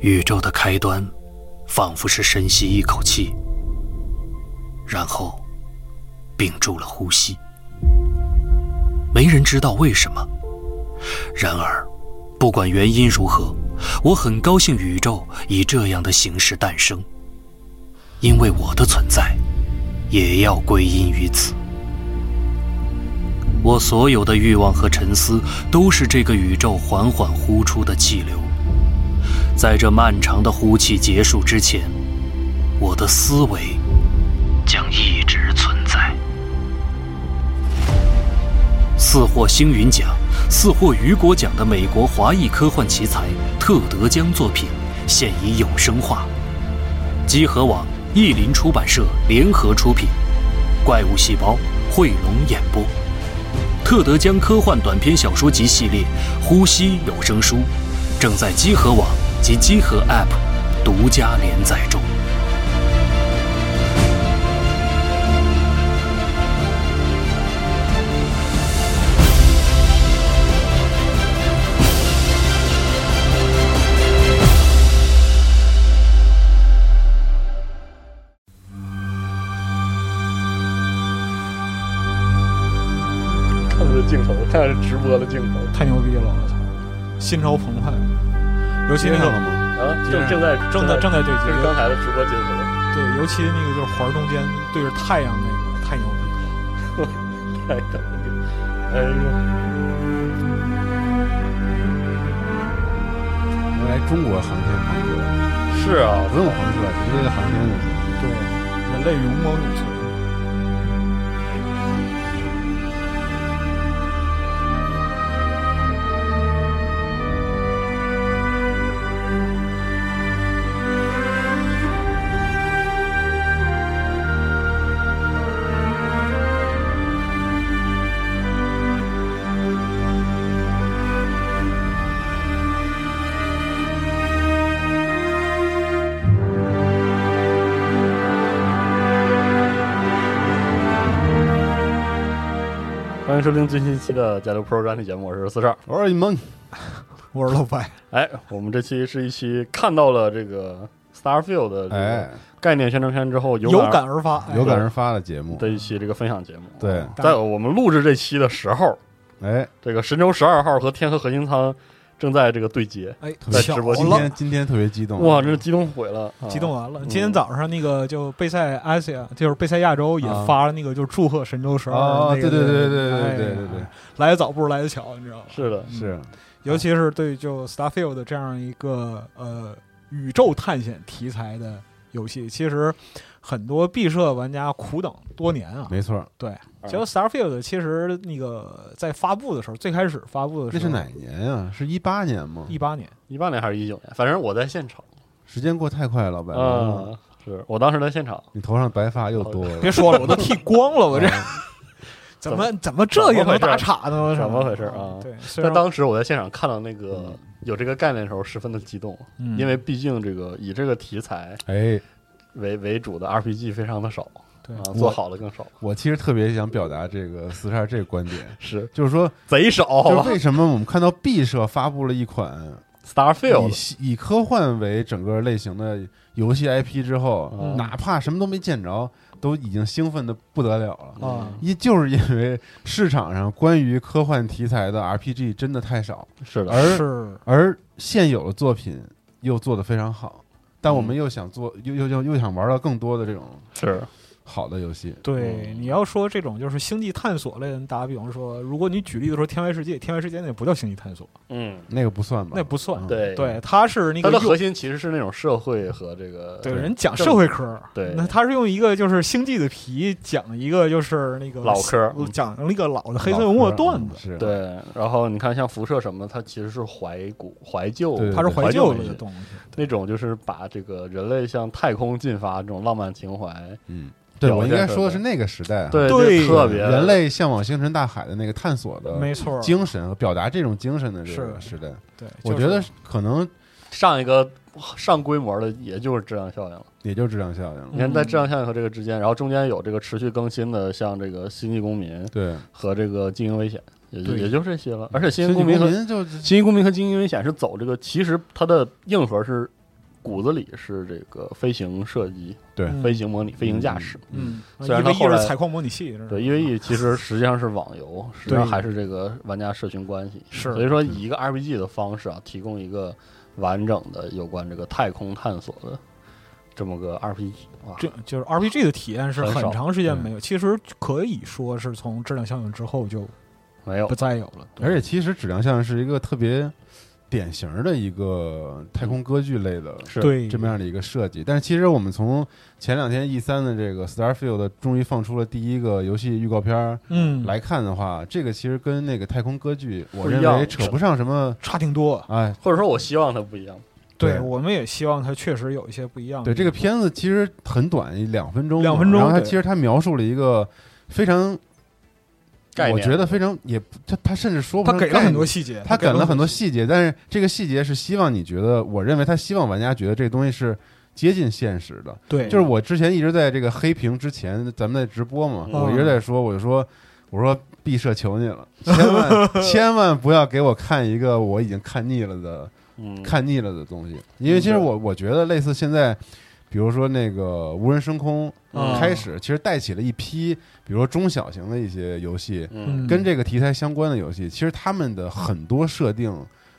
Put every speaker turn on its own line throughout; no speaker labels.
宇宙的开端，仿佛是深吸一口气，然后屏住了呼吸。没人知道为什么。然而，不管原因如何，我很高兴宇宙以这样的形式诞生，因为我的存在也要归因于此。我所有的欲望和沉思，都是这个宇宙缓缓呼出的气流。在这漫长的呼气结束之前，我的思维将一直存在。四获星云奖、四获雨果奖的美国华裔科幻奇才特德·江作品，现已有声化，集合网、译林出版社联合出品，《怪物细胞》汇龙演播。特德·江科幻短篇小说集系列《呼吸》有声书，正在积禾网及积禾 App 独家连载中。
看的是镜头，看的是直播的镜头
太牛逼了！我操，心潮澎湃。尤其那
听上
个
了吗？
啊，正正在
正在正在对
就是刚才的直播镜头，
对，尤其那个就是环中间对着太阳那个，太牛逼了。
太牛逼了！哎呦，
原来中国航天王国
是啊，
不用黄色，直接航天就行。
对，人类勇猛有存。
欢迎收听最新一期的《加六 Pro 专题节目》，我是四十二。
我说你们
我是老白，
哎，我们这期是一期看到了这个 Starfield 的这个
哎，
概念宣传片之后有
有感而发，哎
有感而发的节目，
的一期这个分享节目。
对，
在我们录制这期的时候，
哎，
这个神舟十二号和天河核心舱正在这个对接，
哎，
在
巧
直播
今
了
天。今天特别激动，
哇，真是激动毁了，啊
激动！完了！今天早上那个就贝塞阿西亚，就是贝塞亚州也
啊
发了那个，就是祝贺神舟十二。
哦
那个
对对对对
哎
对对对对
来得早不如来得巧，你知道吗？
是的，
是
尤其是对就 Starfield 这样一个呃宇宙探险题材的游戏，其实很多毕设玩家苦等多年啊。
没错。
对，
嗯
结果 Starfield 其实那个在发布的时候，最开始发布的时候
那是哪？年啊？是一八年吗？
一八年，
一八年还是一九年，反正我在现场
时间过太快，老白，
啊，是我当时在现场，
你头上白发又多了，
别说了，我都剃光了，我这
啊怎
怎
么
么怎么这也能打岔呢？我操
怎么回事啊
对，虽
在
然
当时我在现场看到那个有这个概念的时候，十分的激动，
嗯
因为毕竟这个以这个题材
哎，
为为主的 RPG 非常的少
对
啊，做好了更少，
我其实特别想表达这个四十二这个观点，
是
就是说，
贼少，好
就是
吧
为什么我们看到 B 社发布了一款以
？Starfield
西以科幻为整个类型的游戏 IP 之后，
嗯
哪怕什么都没见着，都已经兴奋的不得了了。
啊
嗯
一就是因为市场上关于科幻题材的 RPG 真的太少，
是的，
而
是
而现有的作品又做得非常好，但我们
嗯
又想做，又又又又想玩到更多的这种
是
好的游戏。嗯
对，
嗯
你要说这种就是星际探索类的，你打个比方说，如果你举例子说《天外世界》，《天外世界》那也不叫星际探索，
嗯，
那个不算吧？
那不算
嗯。
对
对，它是那
它
个
的
用
核心其实是那种社会和这个
对
对
人讲社会科，
对
那他是用一个就是星际的皮讲一个就是那个
老科嗯
讲那个老的黑色幽默
老歌
段
嗯
子，
是，
对，然后你看像辐射什么的，它其实是怀古怀旧，
对
它是
怀
怀旧
美
类
学
的东西。
那种就是把这个人类向太空进发这种浪漫情怀，
嗯，对我应该说的是
表现出来
那个时代啊，
对，
对
这特别嗯
人类向往星辰大海的那个探索的
没错儿，
精神和表达这种精神的这个时代，
对，
我
就是
觉得可能
上一个上规模的也就是质量效应了。
也就质量效应了。
嗯
你看，在质量效应和这个之间，然后中间有这个持续更新的，像这个《星际公民》
对，
和这个《精英危险》，也就
对
也就这些了。而且《
新
星际公民》和《
民就
星际公民》和《精英危险》是走这个，其实它的硬核是骨子里是这个飞行射击、
对
飞行模拟、飞行驾驶。
嗯，
虽然它后
一
来
是采矿模拟器，这是
对，因为 E 其实实际上是网游，实际上
对
还是这个玩家社群关系。
是
所以说以一个 RPG 的方式啊，提供一个完整的有关这个太空探索的这么个 RPG 哇，
这就是 RPG 的体验是
很
很
少
长时间没有，其实可以说是从质量效应之后就
没有
不再有了。
而且其实质量像是一个特别典型的一个太空歌剧类的
是
对，
这么样的一个设计。但是其实我们从前两天 E 三的这个 Starfield 终于放出了第一个游戏预告片儿
嗯，
来看的话，这个其实跟那个太空歌剧，我
不一
认
样
为扯不上什么。
差挺多。
哎，
或者说我希望它不一样。
对，
对
我们也希望它确实有一些不一样的。
对这个片子其实很短，两分钟嘛，
嗯两分钟
然后它
对
其实它描述了一个非常，
概念
我觉得非常也不它它甚至说不
他
上
给了
概
很
念
多细节，
他
给
梗了很多
细
细节，但是这个细节是希望你觉得，我认为他希望玩家觉得这个东西是接近现实的。
对，
就是我之前一直在这个黑屏之前，咱们在直播嘛，
嗯
我一直在说，我就说，我说毕设求你了，千 万千万不要给我看一个我已经看腻了的
嗯，
看腻了的东西，因为其实我我觉得类似现在。比如说那个无人升空
嗯
开始，其实带起了一批，比如说中小型的一些游戏，
嗯，
嗯
跟这个题材相关的游戏，其实他们的很多设定，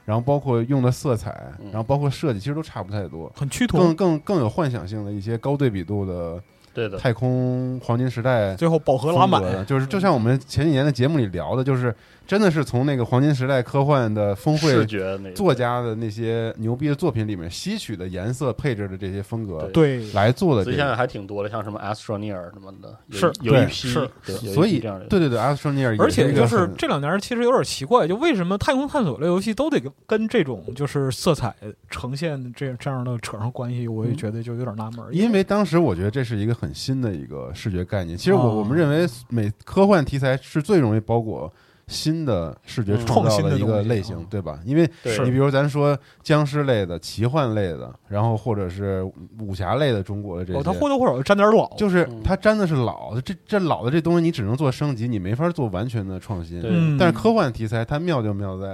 然后包括用的色彩，
嗯
然后包括设计，其实都差不太多。
很趋
更
同，
更更有幻想性的一些高对比度的
对的，
太空黄金时代
最后饱和拉
风格
满
的，就是就像我们前几年的节目里聊的，就是真的是从那个黄金时代科幻的峰
视
会
觉那个
作家的那些牛逼的作品里面吸取的颜色配置的这些风格
对
对，
来做的
所以
这
现
个
在还挺多的，像什么 Astroneer 什么的，有
是
有
对
一批，
是
对有一批
所以
这样的，
对对对 a s t r o n e e r
而且就是这两年其实有点奇怪，就为什么太空探索类游戏都得跟跟这种就是色彩呈现这这样的扯上关系，我也觉得就有点纳闷儿。
嗯因为当时我觉得这是一个很新的一个视觉概念。其实我、
哦
我们认为每科幻题材是最容易包裹新的视觉
嗯
创造
创新的
一个
东西
类型，
啊
对吧？因为
对
你比如咱说僵尸类的、奇幻类的，然后或者是武侠类的中国的这些，
哦，它或多或少沾点老，
就是
嗯
它沾的是老，这这老的这东西你只能做升级，你没法做完全的创新。
对
嗯，
但是科幻题材它妙就妙在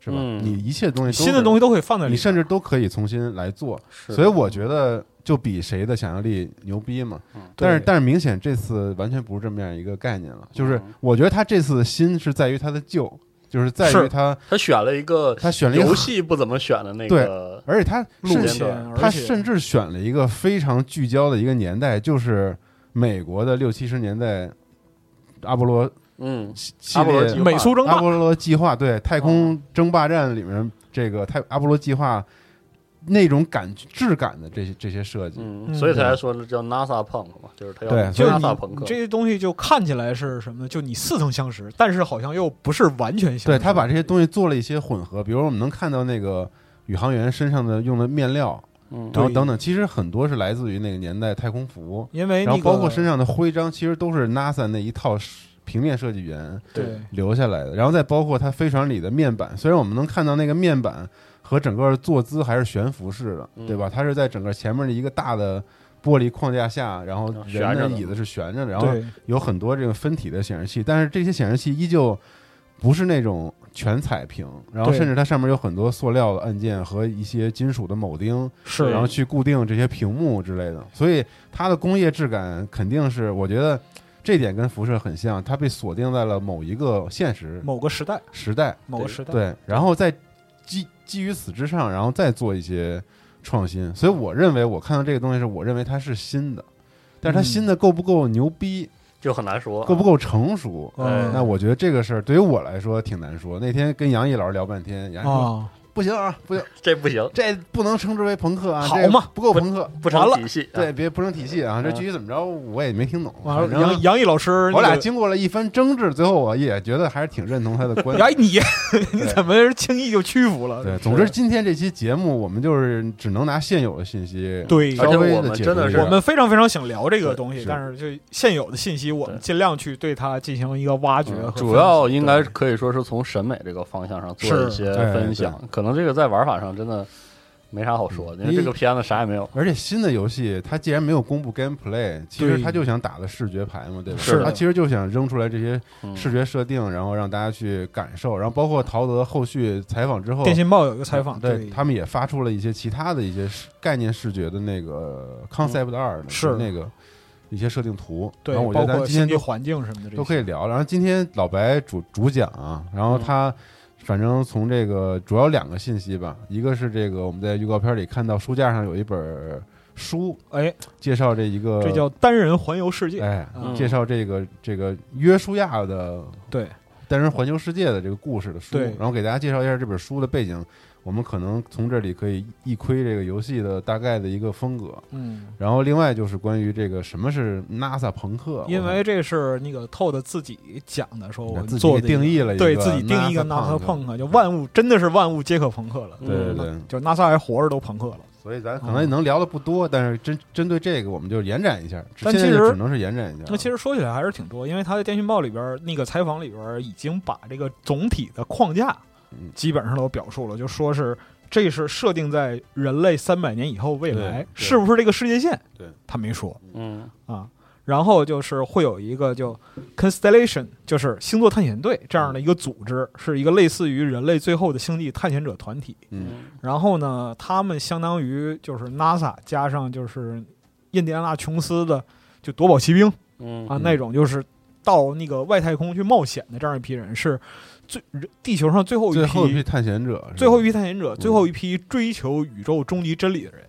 是吧？
嗯
你一切东西都
新的
是
东西都可以放在里
你
面，
甚至都可以重新来做。
是
所以我觉得就比谁的想象力牛逼嘛。
嗯
但是
对
但是明显这次完全不是这么样一个概念了，就是
嗯
我觉得他这次的新是在于他的旧，就是在于
是
他
他选了一个
他选了一
游
个，
戏不怎么选的那个，
而且他
路
甚
间
至
的
线，
他
而且
甚至选了一个非常聚焦的一个年代，就是美国的六七十年代。阿波罗
嗯，
系
阿波罗
系
计
列
划嗯
美苏争
阿
霸
波罗计划，对太空争霸战里面这个太阿波罗计划那种感质感的这些这些设计，
嗯，
嗯
所以他才说叫 NASA Punk 嘛，就是他要
对
就是
NASA 朋
你
克
你这，些东西就看起来是什么呢？就你似曾相识，但是好像又不是完全相识。
对他把这些东西做了一些混合，比如我们能看到那个宇航员身上的用的面料，
嗯，
然后
对
等等，其实很多是来自于那个年代太空服，
因为哎
然
那
后
个
包括身上的徽章，其实都是 NASA 那一套平面设计员
对
留下来的，然后再包括它飞船里的面板，虽然我们能看到那个面板和整个坐姿还是悬浮式的，
嗯
对吧？它是在整个前面的一个大的。玻璃框架下，然后
悬
人
着
的
的
椅子是悬着的，然后
对
有很多这个分体的显示器，但是这些显示器依旧不是那种全彩屏，然后
对
甚至它上面有很多塑料的按键和一些金属的铆钉，
是，
然后去固定这些屏幕之类的，所以它的工业质感肯定是，我觉得这点跟辐射很像，它被锁定在了某一个现实
某个时代，
时代，
某个时代，
对，然后再基基于此之上，然后再做一些创新。所以我认为，我看到这个东西是我认为它是新的，但是它
嗯
新的够不够牛逼，
就很难说啊
够不够成熟，
哎
嗯
那我觉得这个事儿对于我来说挺难说。那天跟杨毅老师聊半天，杨毅说、
啊，
不行啊，不行，
这不行，
这不能称之为朋克啊，
好
这
嘛
不够朋克，
不成
完了
体系，啊
对，，别不成体系啊。这
嗯
具体怎么着，我也没听懂。
完了，
反正
杨杨毅老师，那
我俩
个
经过了一番争执，最后我也觉得还是挺认同他的观点。
哎， 你你怎么轻易就屈服了？
对，总之今天这期节目，我们就是只能拿现有的信息，
对
稍
而
微地解
且我们真
读
的
一
是
下。
我们非常非常想聊这个东
是
西
是，
但是就现有的信息，我们
对
尽量去对它进行一个挖掘和分
嗯
析。
主要应该可以说是从审美这个方向上做
是
一些
哎
分享，可能这个在玩法上真的没啥好说的，因为
你
这个片子啥也没有。
而且新的游戏，它既然没有公布 gameplay，其实
对
它就想打的视觉牌嘛，对吧？
是的
它其实就想扔出来这些
嗯
视觉设定，然后让大家去感受，然后包括陶德后续采访之后，
电信报有一个采访，
对他们也发出了一些其他的一些视概念视觉的那
嗯
个 concept 二、
是
就那个一些设定图，
对，
然后我觉得
包
咱
括
今天
心理
都
环境什么的这些，嗯
都可以聊。然后今天老白主主讲啊，然后他反正从这个主要两个信息吧，一个是这个我们在预告片里看到书架上有一本书，
哎，
介绍这一个
这叫单人环游世界。
呃哎，
嗯
介绍这个这个约书亚的
对
单人环球世界的这个故事的书，
对
然后给大家介绍一下这本书的背景。我们可能从这里可以一窥这个游戏的大概的一个风格，
嗯，
然后另外就是关于这个什么是 NASA 朋克，
因
呃我
为这是那个 Todd 自己讲的，说我
看自己
做
给
的
定义了一个
对自己定义一个
NASA
NASA
朋克，
punk，就万物真的是万物皆可朋克了。
对对
嗯
对，
就 NASA 还活着都朋克了。
所以咱可能能聊的不多，但是针针对这个，我们就延展一下。
但
现在
其实
就只能是延展一下。
那其实说起来还是挺多，因为他在电讯报里边儿那个采访里边儿已经把这个总体的框架
嗯
基本上都表述了，就说是这是设定在人类三百年以后未
对
来
对
是不是这个世界线？
对，
他没说
嗯
啊。然后就是会有一个叫 Constellation，就是星座探险队这样的一个组织，是一个类似于人类最后的星际探险者团体。
嗯，
然后呢，他们相当于就是 NASA 加上就是印第安纳琼斯的就夺宝奇兵。
嗯
啊，
嗯
那种就是到那个外太空去冒险的这样一批人，是最人地球上最后一批、
最后一批嗯探险者是吧，
最后一批探险者，最后一批追求宇宙终极真理的人。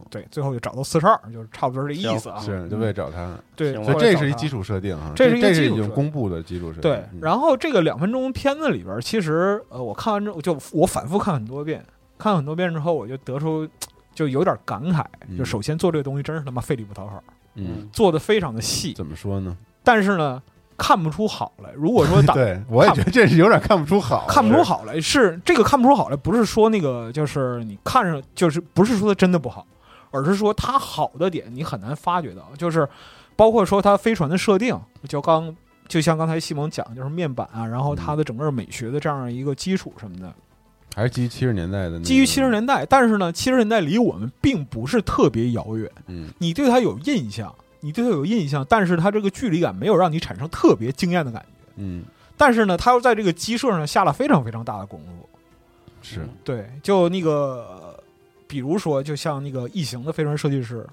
啊，，对，最后就找到四十二，就是差不多是这意思啊。
是就为了找他，
对，
行
所以
最
这
后
是一
找他
基。础设定啊，
这
这
是一个
是
基
已
础
经
设定
公布的基础设定。
对，
嗯
然后这个两分钟片子里边儿，其实呃，我看完之后就我反复看很多遍，看很多遍之后，我就得出就有点感慨，就
嗯
首先做这个东西真是他妈费力不讨好，
嗯，
做的非常的细，
怎么说呢？
但是呢看不出好来。如果 说打
对，我也觉得这是有点看不出好，啊
看不出好来，是这个看不出好来，不是说那个就是你看上就是不是说它真的不好，而是说它好的点你很难发掘到，就是包括说它飞船的设定，就刚就像刚才西蒙讲，就是面板啊，然后它的整个美学的这样一个基础什么的，
还是基于七十年代的那个，
基于七十年代，但是呢，七十年代离我们并不是特别遥远，
嗯，
你对它有印象，你对它有印象，但是它这个距离感没有让你产生特别惊艳的感觉，
嗯
但是呢，它又在这个基数上下了非常非常大的功夫。
是
对，就那个，呃比如说，就像那个《异形》的飞船设计师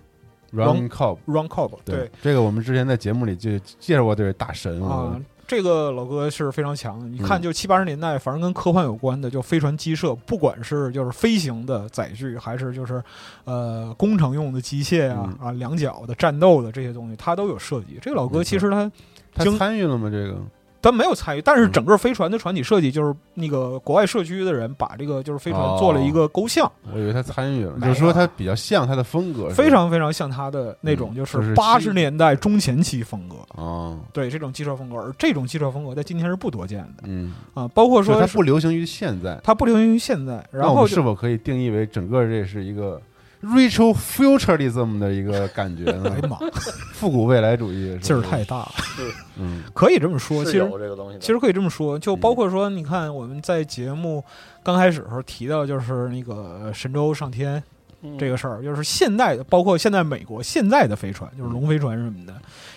Run Cobb。
Ron Cobb，对
这个我们之前在节目里就介绍过这位大神
啊、
啊，
这个老哥是非常强的。你看，
嗯
就七八十年代，反正跟科幻有关的，就飞船机设，不管是就是飞行的载具，还是就是呃工程用的机械啊、啊两脚的战斗的这些东西，他都有涉及。这个老
嗯没
哥
错
其实他
他
经
参与了吗？这个
他没有参与，但是
嗯
整个飞船的船体设计，就是那个国外社区的人把这个就是飞
哦
船做了一个构象。
我以为他参与了，
没
就
有
是说他比较像他的风呃格，是吧
非常非常像他的那种，
嗯
就
就是是
八
机
十年代中前期风格，
哦，
对这种汽车风格，而这种汽车风格在今天是不多见的
嗯，
啊。包括
就
说
它
是
不流行于现在，
它不流行于现在，然
那我
后
们
就是
否可以定义为整个这是一个 retro futurism 的一个感觉
哎呀
呢？
妈，
复古未来主义是吧
劲儿太，大了，
嗯
可以这么说。
是
其实
有这个东西的，
其实可以这么说，就包括说，你看我们在节目刚开始的时候提到，就是那个神舟上天
实
这个事儿，就是现代的，包括现在美国现在的飞船，就是龙飞船什么的，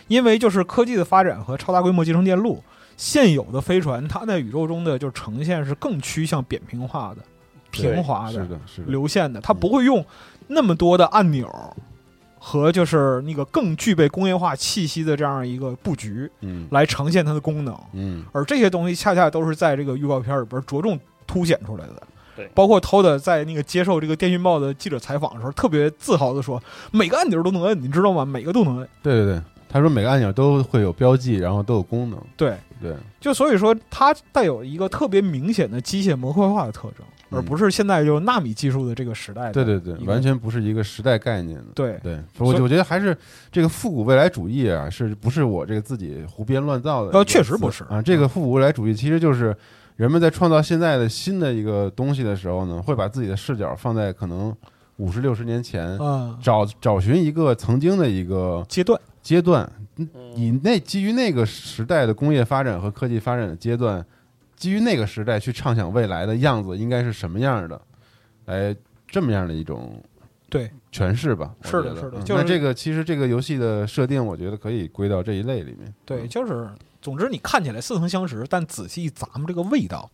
因为就是科技的发展和超大规模集成电路，现有的飞船它在宇宙中的就呈现是更趋向扁平化的、平滑
是
的、
的，是的，嗯
流线的，它不会用那么多的按钮和就是那个更具备工业化气息的这样一个布局
嗯
来呈现它的功能，
嗯
而这些东西恰恰都是在这个预告片里边着重凸显出来的。
对
包括 Todd 在那个接受这个电讯报的记者采访的时候，特别自豪的说，每个按钮都能摁，你知道吗？每个都能摁。
对对对，他说每个按钮都会有标记，然后都有功能，
对，
对，
就所以说它带有一个特别明显的机械模块化的特征，
嗯
而不是现在就是纳米技术的这个时代的。
对对对，
一个
完全不是一个时代概念的。
对
对，我
所以
我觉得还是这个复古未来主义啊，是不是我这个自己胡编乱造的一个词？
呃确实不是
啊。这个复古未来主义其实就是人们在创造现在的新的一个东西的时候呢，会把自己的视角放在可能五十六十年前，
嗯，
找找寻一个曾经的一个
阶段。
阶段，以
嗯
那基于那个时代的工业发展和科技发展的阶段，基于那个时代去畅想未来的样子应该是什么样的，来这么样的一种
对
诠释吧。我
是的
觉得
是的
嗯
就是
那这个其实这个游戏的设定，我觉得可以归到这一类里面。
对，
嗯
就是总之你看起来似曾相识，但仔细咱们这个味道，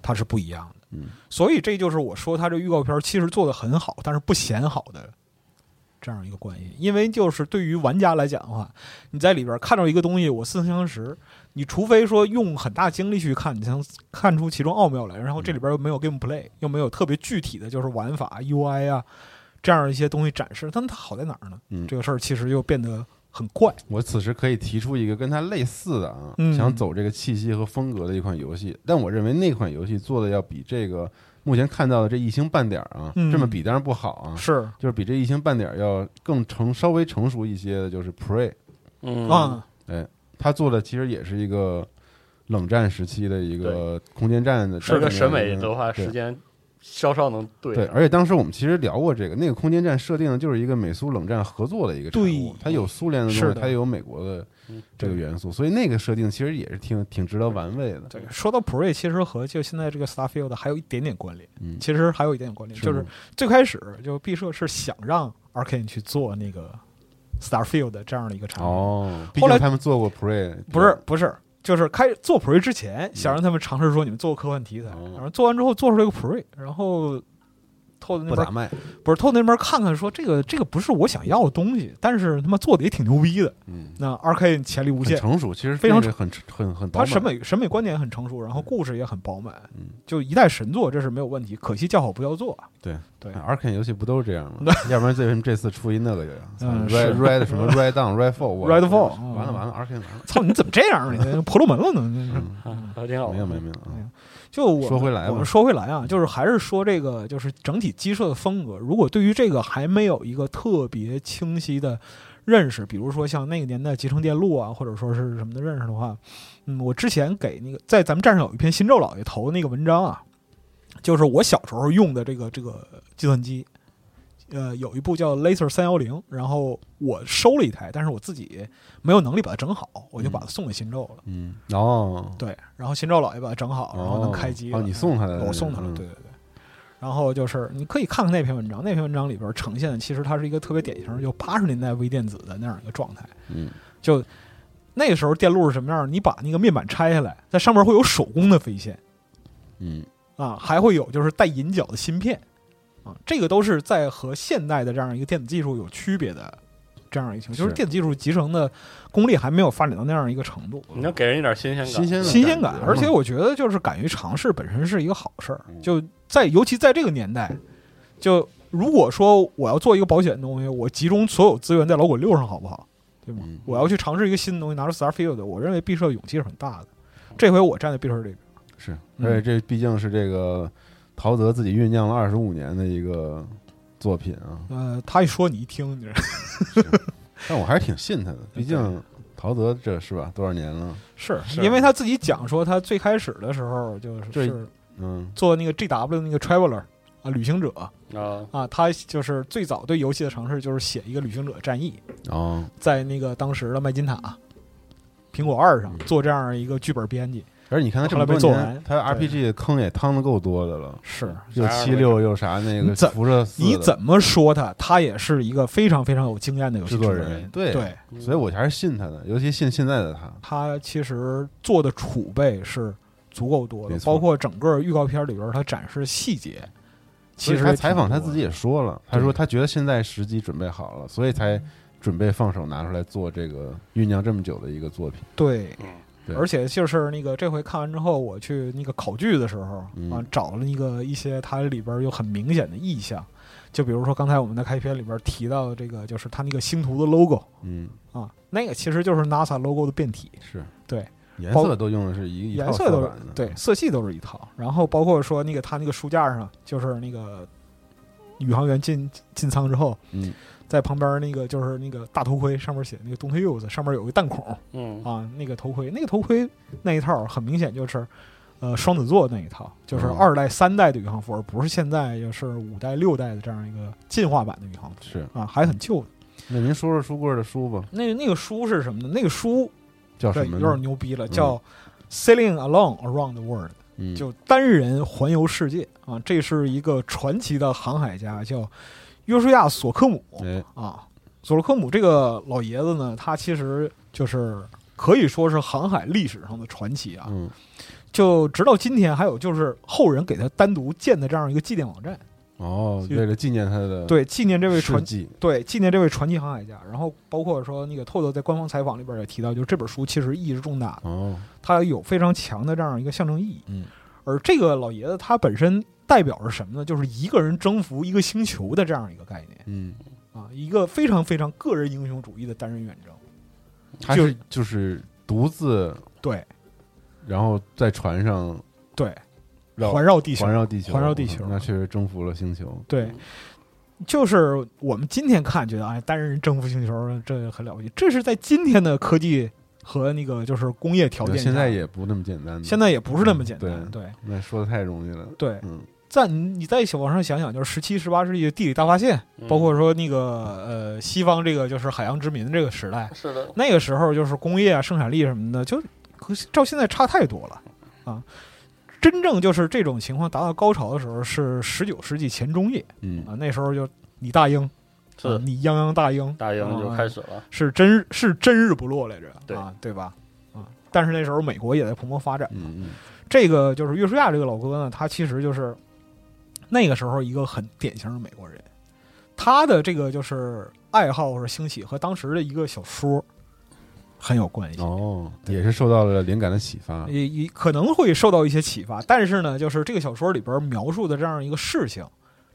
它是不一样的。
嗯，
所以这就是我说它这预告片其实做的很好，但是不显好的这样一个关系。因为就是对于玩家来讲的话，你在里边看到一个东西，我似曾相识，你除非说用很大精力去看，你才能看出其中奥妙来。然后这里边又没有 game play，又没有特别具体的就是玩法、UI 啊这样一些东西展示，但它好在哪儿呢？
嗯
这个事儿其实又变得很怪。
我此时可以提出一个跟它类似的啊，
嗯
想走这个气息和风格的一款游戏，但我认为那款游戏做的要比这个目前看到的这一星半点儿啊，
嗯
这么比当然不好啊，
是
就是比这一星半点儿要更成稍微成熟一些的，就是 Prey，
嗯
啊，
他做的其实也是一个冷战时期的一个空间站的
这
这
个
个
审美的话，
对
时间稍稍能对
对，
上。
而且当时我们其实聊过这个，那个空间站设定的就是一个美苏冷战合作的一个产
对
物，它有苏联的东
是
西，
的
它也有美国的
嗯
这个元素，所以那个设定其实也是挺挺值得玩味的。
对，说到普瑞，其实和就现在这个 Starfield 还有一点点关联，
嗯，
其实还有一点点关联，就是
吗
最开始就毕设是想让 Arkane 去做那个 Starfield 的这样的一个产品，
哦，毕
后来
竟他们做过 Prey，
不是不是，就是开做普瑞之前，想让他们尝试说你们做个科幻题材，
嗯哦
然后做完之后做出来一个普瑞，然后透的那
不
边
打麦，
不是透那边看看说这个这个不是我想要的东西，但是他妈做的也挺牛逼的，
嗯，
那 Arkane 潜力无
很
限，
成熟，其实
非常
那个很很很
他
饱满
审美审美观点很成熟，然后故事也很饱满，
嗯
就一代神作，这是没有问题。可惜叫好不叫座啊，对
a r k a n 游戏不都是这样吗？要不然为什么这次出一那个就
嗯
，Red
是
Red 什么 Red Down Red Fall 我
Redfall，嗯
完了完了 a r k a n 完了，
操，你怎么这样啊？你婆罗门了呢？
嗯
还啊挺好
没
玩。
有没有没有，嗯
就哦我们
说回来吧
我们说回来啊，就是还是说这个，就是整体鸡舍的风格。如果对于这个还没有一个特别清晰的认识，比如说像那个年代《集成电路》啊，或者说是什么的认识的话，嗯，我之前给那个在咱们站上有一篇新宙老爷投的那个文章啊，就是我小时候用的这个这个计算机，呃，有一部叫 Laser 三幺零，然后我收了一台，但是我自己没有能力把它整好，我就把它送给新宙了。
嗯，哦，
对，然后新赵老爷把它整好，然后能开机了。
哦，你送他的，
我送他了，
嗯
对对对。然后就是你可以看看那篇文章，那篇文章里边呈现的其实它是一个特别典型的，就八十年代微电子的那样一个状态。
嗯，
就那个时候电路是什么样？你把那个面板拆下来，在上面会有手工的飞线
嗯，
啊，还会有就是带银角的芯片啊，这个都是在和现代的这样一个电子技术有区别的这样一个情况，就是
是
电子技术集成的功力还没有发展到那样一个程度。
你能给人一点新鲜感，
新鲜的
新鲜感
感，觉
而且我觉得就是敢于尝试本身是一个好事儿。
嗯
就在尤其在这个年代，就如果说我要做一个保险的东西，我集中所有资源在老滚六上，好不好？对吗
嗯？
我要去尝试一个新的东西，拿出 Starfield，我认为毕设勇气是很大的。这回我站在毕设这边，
是，
嗯
而且这毕竟是这个陶泽自己酝酿了二十五年的一个作品啊，
呃，他一说你一听，你知道
但我还是挺信他的，
对
毕竟陶泽这是吧，多少年了，
是
是
因为他自己讲说，他最开始的时候就是
对
是
嗯，
做那个 GW 的那个 Traveler 啊，旅行者
啊，
啊，他就是最早对游戏的尝试就是写一个旅行者战役，
哦，
在那个当时的麦金塔、苹果二
嗯
上做这样一个剧本编辑，
而且你看他这么
后来没
多
做
年
完，
他 RPG 的坑也趟的够多的了，
是
又
啥样
七六又啥那个
你怎
辐射四，
你怎么说他，他也是一个非常非常有经验的游戏
制作
人，
人对
对
嗯
所以我还是信他的，尤其信现在的他，
他其实做的储备是足够多的
没，错
包括整个预告片里边他展示细节，其
所以
实
他
也
采访
挺
他
多
自己
的
也说了，他说他觉得现在时机准备好了，所以才准备放手拿出来做这个酝酿这么久的一个作品。
对。
对
而且就是那个这回看完之后，我去那个考据的时候、
嗯
啊，找了那个一些它里边有很明显的意象，就比如说刚才我们在开篇里边提到的这个，就是它那个星图的 logo，
嗯，
啊，那个其实就是 NASA logo 的变体，
是
对，
颜
包
色都用的是一一套
颜色都
色
是
板的
对，色系都是一套。然后包括说那个它那个书架上，就是那个宇航员进进舱之后，
嗯，
在旁边那个就是那个大头盔上面写那个 Don't use，上面有个弹孔
嗯，
啊，那个头盔，那个头盔那一套很明显就是。呃，双子座那一套就是
嗯
二代、三代的宇航服，而不是现在就是五代、六代的这样一个进化版的宇航服
是。
啊，还很旧的。
那您说说书柜的书吧，
那那个书是什么呢？那个书
叫
对，
什么
有
呢？
点牛逼了，
嗯
叫 Sailing Along Around the World，
嗯，
就单人环游世界啊，这是一个传奇的航海家，叫约书亚·索科姆
哎，
啊。索科姆这个老爷子呢，他其实就是可以说是航海历史上的传奇啊。
嗯，
就直到今天，还有就是后人给他单独建的这样一个祭奠网站，
哦，
就
为了纪念他的
对，纪念这位
事
传
迹，
对纪念这位传奇航海家。然后包括说那个透透在官方采访里边也提到，就是这本书其实意义是重大的，
哦，
它有非常强的这样一个象征意义。
嗯，
而这个老爷子他本身代表着什么呢？就是一个人征服一个星球的这样一个概念
嗯，
啊，一个非常非常个人英雄主义的单人远征。
他
就是
就是独自，
对
然后在船上
对，
绕
环绕地球
哦环，绕地球，
环绕地球
那确实征服了星球。
对，就是我们今天看觉得哎，单人征服星球这很了不起，这是在今天的科技和那个就是工业条件下，
现在也不那么简单的，
现在也不是那么简单。
嗯
对
那说的太容易了。
对，
嗯，
在你你再往上想想，就是十七、十八世纪的地理大发现，
嗯
包括说那个呃西方这个就是海洋殖民这个时代，
是的，
那个时候就是工业啊、生产力什么的，就和照现在差太多了啊。真正就是这种情况达到高潮的时候是十九世纪前中叶
嗯，
啊，那时候就李大英
是
啊
的
你泱泱大英，
大英就开
始
始了，
是真是真日不落来着，
对
啊，对吧？啊，但是那时候美国也在蓬勃发展。
嗯嗯，
这个就是约书亚这个老哥呢，他其实就是那个时候一个很典型的美国人，他的这个就是爱好是兴起和当时的一个小说很有关系。
哦，也是受到了灵感的启发。
也也可能会受到一些启发，但是呢，就是这个小说里边描述的这样一个事情，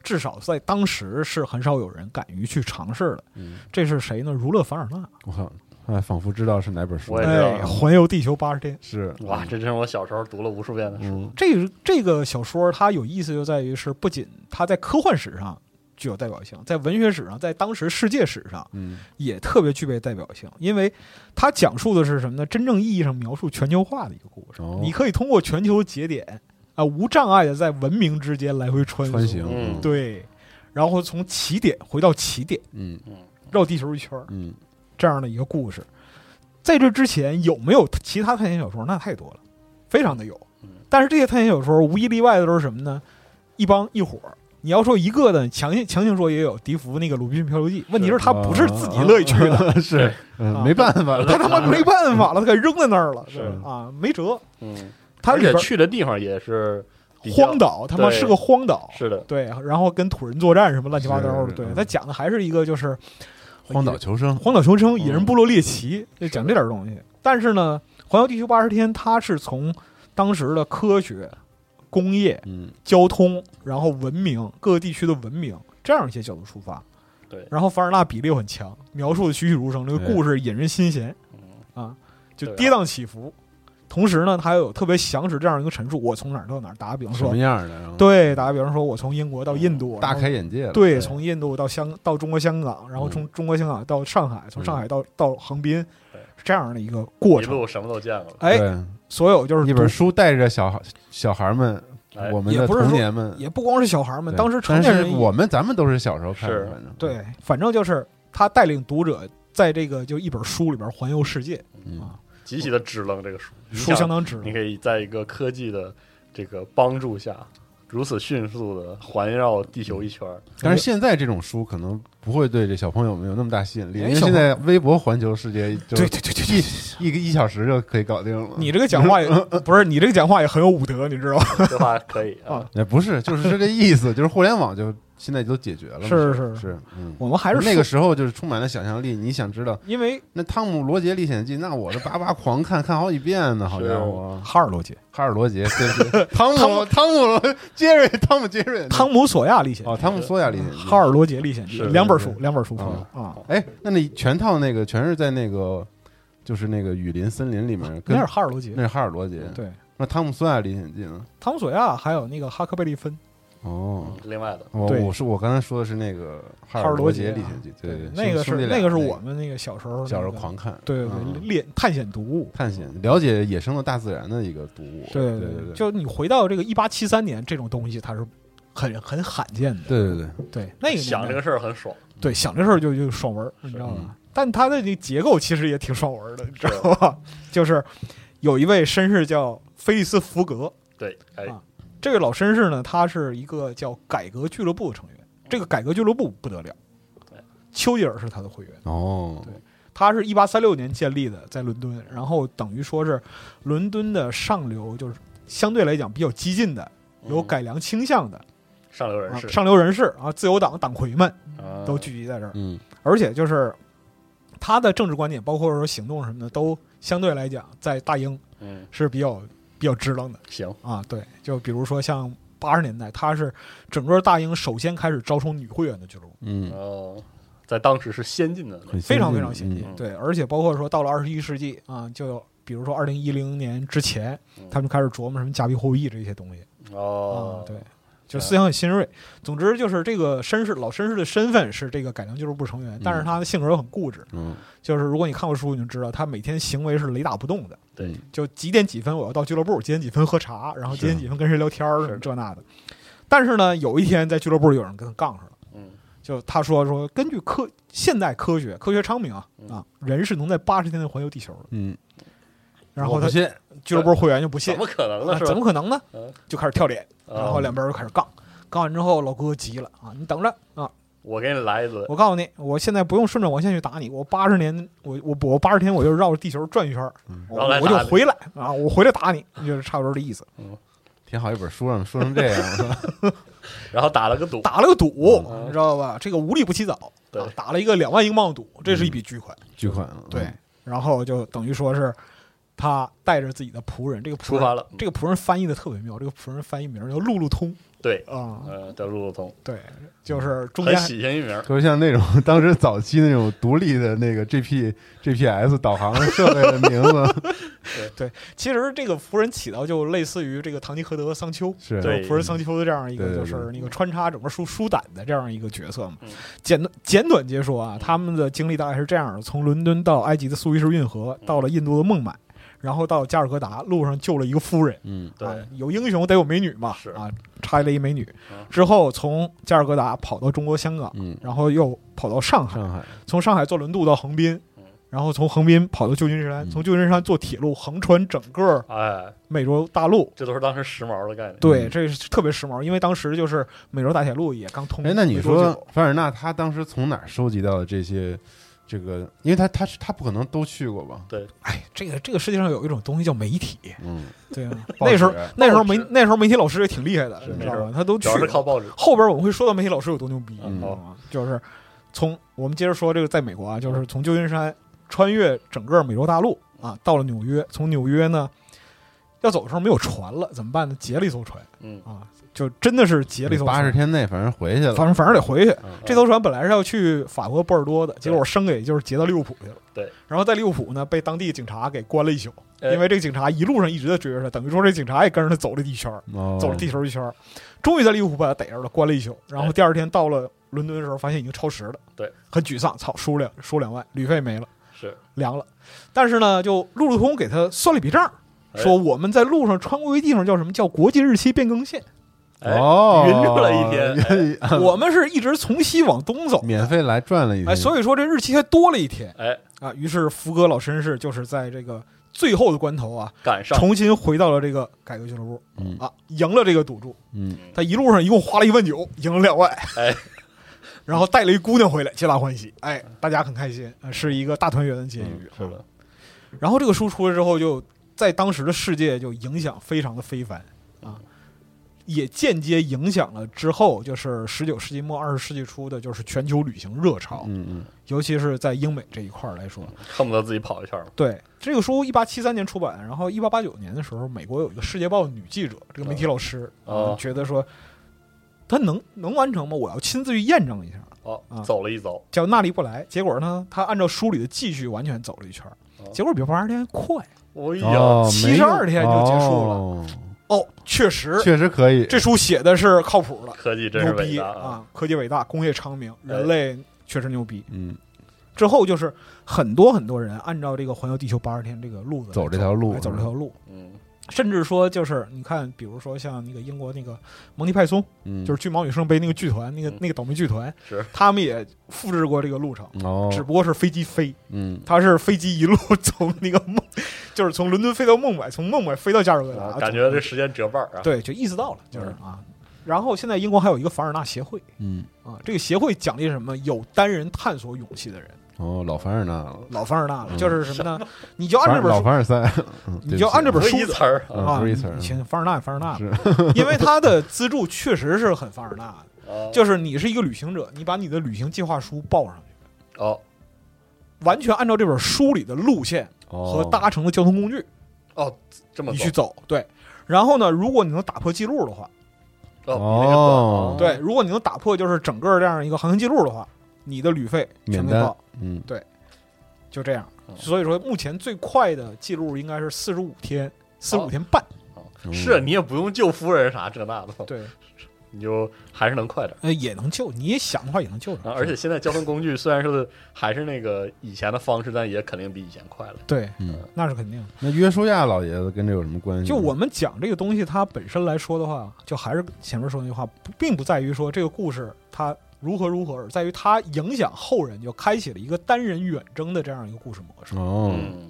至少在当时是很少有人敢于去尝试的。
嗯，
这是谁呢？儒勒·凡尔纳，
我靠，哎，仿佛知道是哪本书
我。也知道
哎，环游地球八十天。
是
哇，，
嗯
这真是我小时候读了无数遍的书。
嗯
这个这个小说它有意思就在于是不仅它在科幻史上具有代表性，在文学史上，在当时世界史上
嗯
也特别具备代表性，因为它讲述的是什么呢？真正意义上描述全球化的一个故事。
哦
你可以通过全球节点啊、无障碍的在文明之间来回穿梭，
穿行，
嗯
嗯
对，然后从起点回到起点，
嗯
嗯，
绕地球一圈儿
嗯，
这样的一个故事。在这之前有没有其他探险小说？那太多了，非常的有
嗯。
但是这些探险小说无一例外的都是什么呢？一帮一伙儿。你要说一个的，强行强行说也有迪福那个《鲁滨逊漂流记》，问题是他不是自己乐意去的，
是，嗯
啊
没办法了。
他他妈没办法了，他给扔在那儿了，
是
啊，没辙。
嗯，
他
而
里边
且去的地方也是比较
荒，岛，他妈
对
是个荒岛，
是的，
对，然后跟土人作战什么乱七八糟的，
是
对
嗯
他讲的还是一个就是
荒岛求生，
荒岛求生、野人
嗯
部落猎奇，就讲这点东西。但是呢，《环游地球八十天》它是从当时的科学、工业、
嗯
交通，然后文明各个地区的文明这样一些角度出发。
对
然后凡尔纳比例又很强，描述的栩栩如生，这个
对
故事引人心弦
嗯，
啊，就
对啊
跌宕起伏。同时呢，它又有特别详实这样一个陈述：我从哪儿到哪儿。打个比方
什么
说，
样的？然后
对，打个比方说，我从英国到印度，
大
然后
开眼界了。
对，
对
从印度到香到中国香港，然后
嗯
从中国香港到上海，从上海到到横滨
嗯对，
是这样的一个过
嗯一
程。
路什么都见过了。
哎，
对，
所有就是
一本
读，
书带着小孩小孩们，
哎
我们
也
的
不是
童
说
年们，
也不光是小孩们，
对
当时成
但
年
是
人也
我们咱们都是小时候看的，
是
反正，
对，反正就是他带领读者在这个就一本书里边环游世界，
嗯，
极其的支棱这个书，你
书
想
相当值。
你可以在一个科技的这个帮助下，如此迅速的环绕地球一圈儿。
嗯
但是现在这种书可能不会对这小朋友们有那么大吸引力，因
哎
为
小
现在微博环球世界就
对对对对对，
一一个一小时就可以搞定了。
你这个讲话也 不是你这个讲话也很有武德，你知道吗？
这话可以啊
啊，
哎不是，就是这意思，就是互联网就现在就都解决了嘛，
是
是
是
是，嗯。
我们还是
那个
说，
时候就是充满了想象力，你想知道
因为
那《汤姆·罗杰历险记》，那我这叭叭狂看，看好几遍呢，好家伙！
哈尔罗杰、
哈尔·罗杰，对 对，汤姆汤姆杰瑞，汤姆杰瑞，
汤姆索亚历险记
哦，汤姆·索亚历险记，
哈尔罗杰历险记
是
两本
是
书，两本书
啊
啊，
哎，那你全套那个全是在那个，就是那个雨林森林里面，跟
啊那是哈尔罗杰
那。是哈尔罗杰，
对，
那汤姆·索啊亚历险记呢？
汤姆索亚还有那个哈克贝利芬，
哦，
嗯另外的
嗯
我
对
我是我刚才说的是那个哈
哈尔
罗
罗杰
历
啊
险记，对对，
那个
兄
是
弟俩
那个是我们那个小时候
小时
那
候
个，
狂看，
对对对，
嗯
猎探险读物，
探险，了解野生的大自然的一个读物，
对
对
对
对，
就你回到这个一八七三年，这种东西它是很很罕见的，
对对对，
对，那个年
想
代
这个事儿很爽，
对想这事儿就就爽文儿，你知道
嗯
吧？但它的这结构其实也挺爽文儿的，你知 道吧？就是有一位绅士叫菲利斯·福格，
对，哎，
啊这个老绅士呢，他是一个叫改革俱乐部的成员。这个改革俱乐部不得了，丘吉尔是他的会员。
哦，
他是一八三六年建立的，在伦敦，然后等于说是伦敦的上流，就是相对来讲比较激进的、有改良倾向的、
嗯上流人
啊
士
上流人士啊，自由党党魁们
啊
都聚集在这儿。
嗯
而且就是他的政治观点，包括说行动什么的，都相对来讲在大英
嗯
是比较比较支棱的
行
啊。对，就比如说像八十年代，他是整个大英首先开始招收女会员的俱乐部，
嗯，
哦，在当时是先进的
很
呃非常
先
非常先进。
嗯
对，而且包括说到了二十一世纪啊，就比如说二零一零年之前
嗯，
他们就开始琢磨什么加币后裔这些东西啊
哦，，
对。就思想很新锐，总之就是这个绅士老绅士的身份是这个改良俱乐部成员，但是他的性格又很固执，
嗯
就是如果你看过书，你就知道他每天行为是雷打不动的。
对，
就几点几分我要到俱乐部，几点几分喝茶，然后
是
几点几分跟谁聊天儿，
是
什么这那的。但是呢，有一天在俱乐部有人跟他杠上了，
嗯
就他说说，根据科现代科学，科学昌明啊
嗯
啊，人是能在八十天内环游地球的。
嗯，
然
我
后
不
他
信，
俱乐部会员就不信
怎，么可能
啊
呢？是吧
怎么可能呢
嗯？
就开始跳脸，然后
哦
两边就开始杠。杠完之后，老哥急了啊！你等着啊！
我给你来一轮，
我告诉你，我现在不用顺着王线去打你，我八十年，我我我八十天我就绕着地球转一圈儿，我
然嗯后来
我
打
就
你
回来啊！我回来打你，就是差不多这意思。
挺好一本书啊，说成这样，我说
然后打了个赌，
打了个赌，
嗯
你知道吧？这个无利不起早，
对嗯
啊打了一个两万英镑的赌，这是一笔巨款。
巨款了，
对，然后就等于说是他带着自己的仆人，这个仆
出
人
发了，嗯
这个仆人翻译的特别妙，这个仆人翻译名叫路路通
对，
啊、
呃，叫路路通，
对，就是中
嗯很
间啊
喜庆一名，
特别像那种 当时早期那种独立的那个 G P G P S 导航设备的 名字，
其实这个仆人起到就类似于这个堂吉诃德桑丘。
是
就是
对
仆人桑丘的这样一个，
对
就
对对
是那个穿插整个书书胆的这样一个角色嘛
嗯。
简短简短截说啊，他们的经历大概是这样的：从伦敦到埃及的苏伊士运河，
嗯
到了印度的孟买，然后到加尔各答，路上救了一个夫人。
嗯
对
啊，有英雄得有美女嘛，
是
啊，拆了一美女
嗯，
之后从加尔各答跑到中国香港，
嗯，
然后又跑到上海，
上海，
从上海坐轮渡到横滨
嗯，
然后从横滨跑到旧金山，
嗯
从旧金山坐铁路横穿整个
哎，
美洲大陆。
这都是当时时髦的概念，
对，这是特别时髦，因为当时就是美洲大铁路也刚通。
哎，那
嗯
你
没多
说
久
凡尔纳他当时从哪儿收集到的这些？这个，因为他他他不可能都去过吧？
哎，这个这个世界上有一种东西叫媒体，
嗯，
对啊，
报纸
那时候那时候媒
报纸
那时候媒体老师也挺厉害的，
是
你知道
没
吧？他都去
主要是
了
靠报纸，
后边我们会说到媒体老师有多牛逼，
嗯
你知道吗？就是从我们接着说这个，在美国啊，就是从旧金山穿越整个美洲大陆啊，到了纽约，从纽约呢要走的时候没有船了，怎么办呢？劫了一艘船
嗯，
啊，就真的是劫了一艘
八十
船，
天内反正回去了
反，正反正得回去。
嗯
这艘船本来是要去法国波尔多的，结果生给就是劫到利物浦去了。
对，
然后在利物浦呢被当地警察给关了一宿，
哎
因为这个警察一路上一直在追着他，等于说这警察也跟着他走了一圈儿。
哦
走了地球一圈儿，终于在利物浦把他逮着了，关了一宿。然
哎
后第二天到了伦敦的时候，发现已经超时了，
对，
很沮丧，操，输两输两万，旅费没了，
是
凉了。但是呢，就路路通给他算了一笔账，
哎
说我们在路上穿过一个地方叫什么叫国际日期变更 线，
哎
哦，
匀出来一天，
我们是一直从西往东走，
啊免费来转了一天，
哎，所以说这日期还多了一天
哎，哎
啊。于是福哥老绅士就是在这个最后的关头啊，
赶上，
重新回到了这个改革俱乐部
嗯
啊，赢了这个赌注。
嗯，
他一路上一共花了一万九，赢了两万，
哎，
然后带了一姑娘回来，皆大欢喜，哎，大家很开心，呃是一个大团圆的结
嗯
局。
是的，
然后这个书出来之后，就在当时的世界就影响非常的非凡啊，也间接影响了之后就是十九世纪末二十世纪初的，就是全球旅行热潮，
嗯嗯
尤其是在英美这一块儿来说，
恨不得自己跑一圈嘛，
对这个书，一八七三年出版，然后一八八九年的时候，美国有一个《世界报》女记者，这个媒体老师
哦
啊，觉得说他能能完成吗？我要亲自去验证一下。
哦
啊，
走了一走，
叫纳利布莱，结果呢，他按照书里的记叙完全走了一圈儿
哦，
结果比八十天快
哎
嗯，
呀，
哦没有
72天就结束了
哦
哦，确实，
确实可以，
这书写的是靠谱了，
科技真是
牛
伟
逼
大！哎
啊，科技伟大，工业昌明，人类确实牛逼。
嗯，
之后就是很多很多人按照这个环游地球八十天这个路子来
走这条路
哎走这条路，
嗯，
甚至说就是你看，比如说像那个英国那个蒙蒂派松，
嗯，
就是《巨蟒与圣杯》那个剧团，那个
嗯
那个倒霉剧团，
是嗯
他们也复制过这个路程，
哦，
只不过是飞机飞，
嗯，
他是飞机一路从那个孟， 就是从伦敦飞到孟买，从孟买飞到加尔各
啊
答，
感觉嗯这时间折半儿啊。
对，就意识到了，就是啊。然后现在英国还有一个凡尔纳协会
嗯，
啊，这个协会奖励什么？有单人探索勇气的人，
哦，老凡尔纳了，
老凡尔纳了，
嗯
就是什么呢？你就按
凡
这本
老
书
凡尔赛，嗯
你就按这本
不是
书
一词儿
嗯
啊，
不是一
你
词儿
你行，凡尔纳，凡尔纳，
是
因 为他的资助确实是很凡尔纳的。
啊，
就是你是一个旅行者，你把你的旅行计划书报上去，
哦
完全按照这本书里的路线和
和
搭乘的交通工具
哦，这么
你
走
去走。对，然后呢，如果你能打破记录的话，
哦
哦，比那个短
对，，如果你能打破就是整个这样一个航行记录的话，你的旅费全
免
被
单
报，，
嗯，
就这样。
嗯
所以说，目前最快的记录应该是四十五天，四十
哦
五天半。
嗯
是啊你也不用救夫人啥这那的，
对，
你就还是能快点儿。
呃，也能救，你也想的话也能救上。
啊，而且现在交通工具虽然说的还是那个以前的方式，但也肯定比以前快了。
对，
嗯，
那是肯定的。
那约书亚老爷子跟这有什么关系？
就我，们讲这个东西，它本身来说的话，就还是前面说那句话，不并不在于说这个故事它如何如何，而在于它影响后人，就开启了一个单人远征的这样一个故事模式。
哦，，
嗯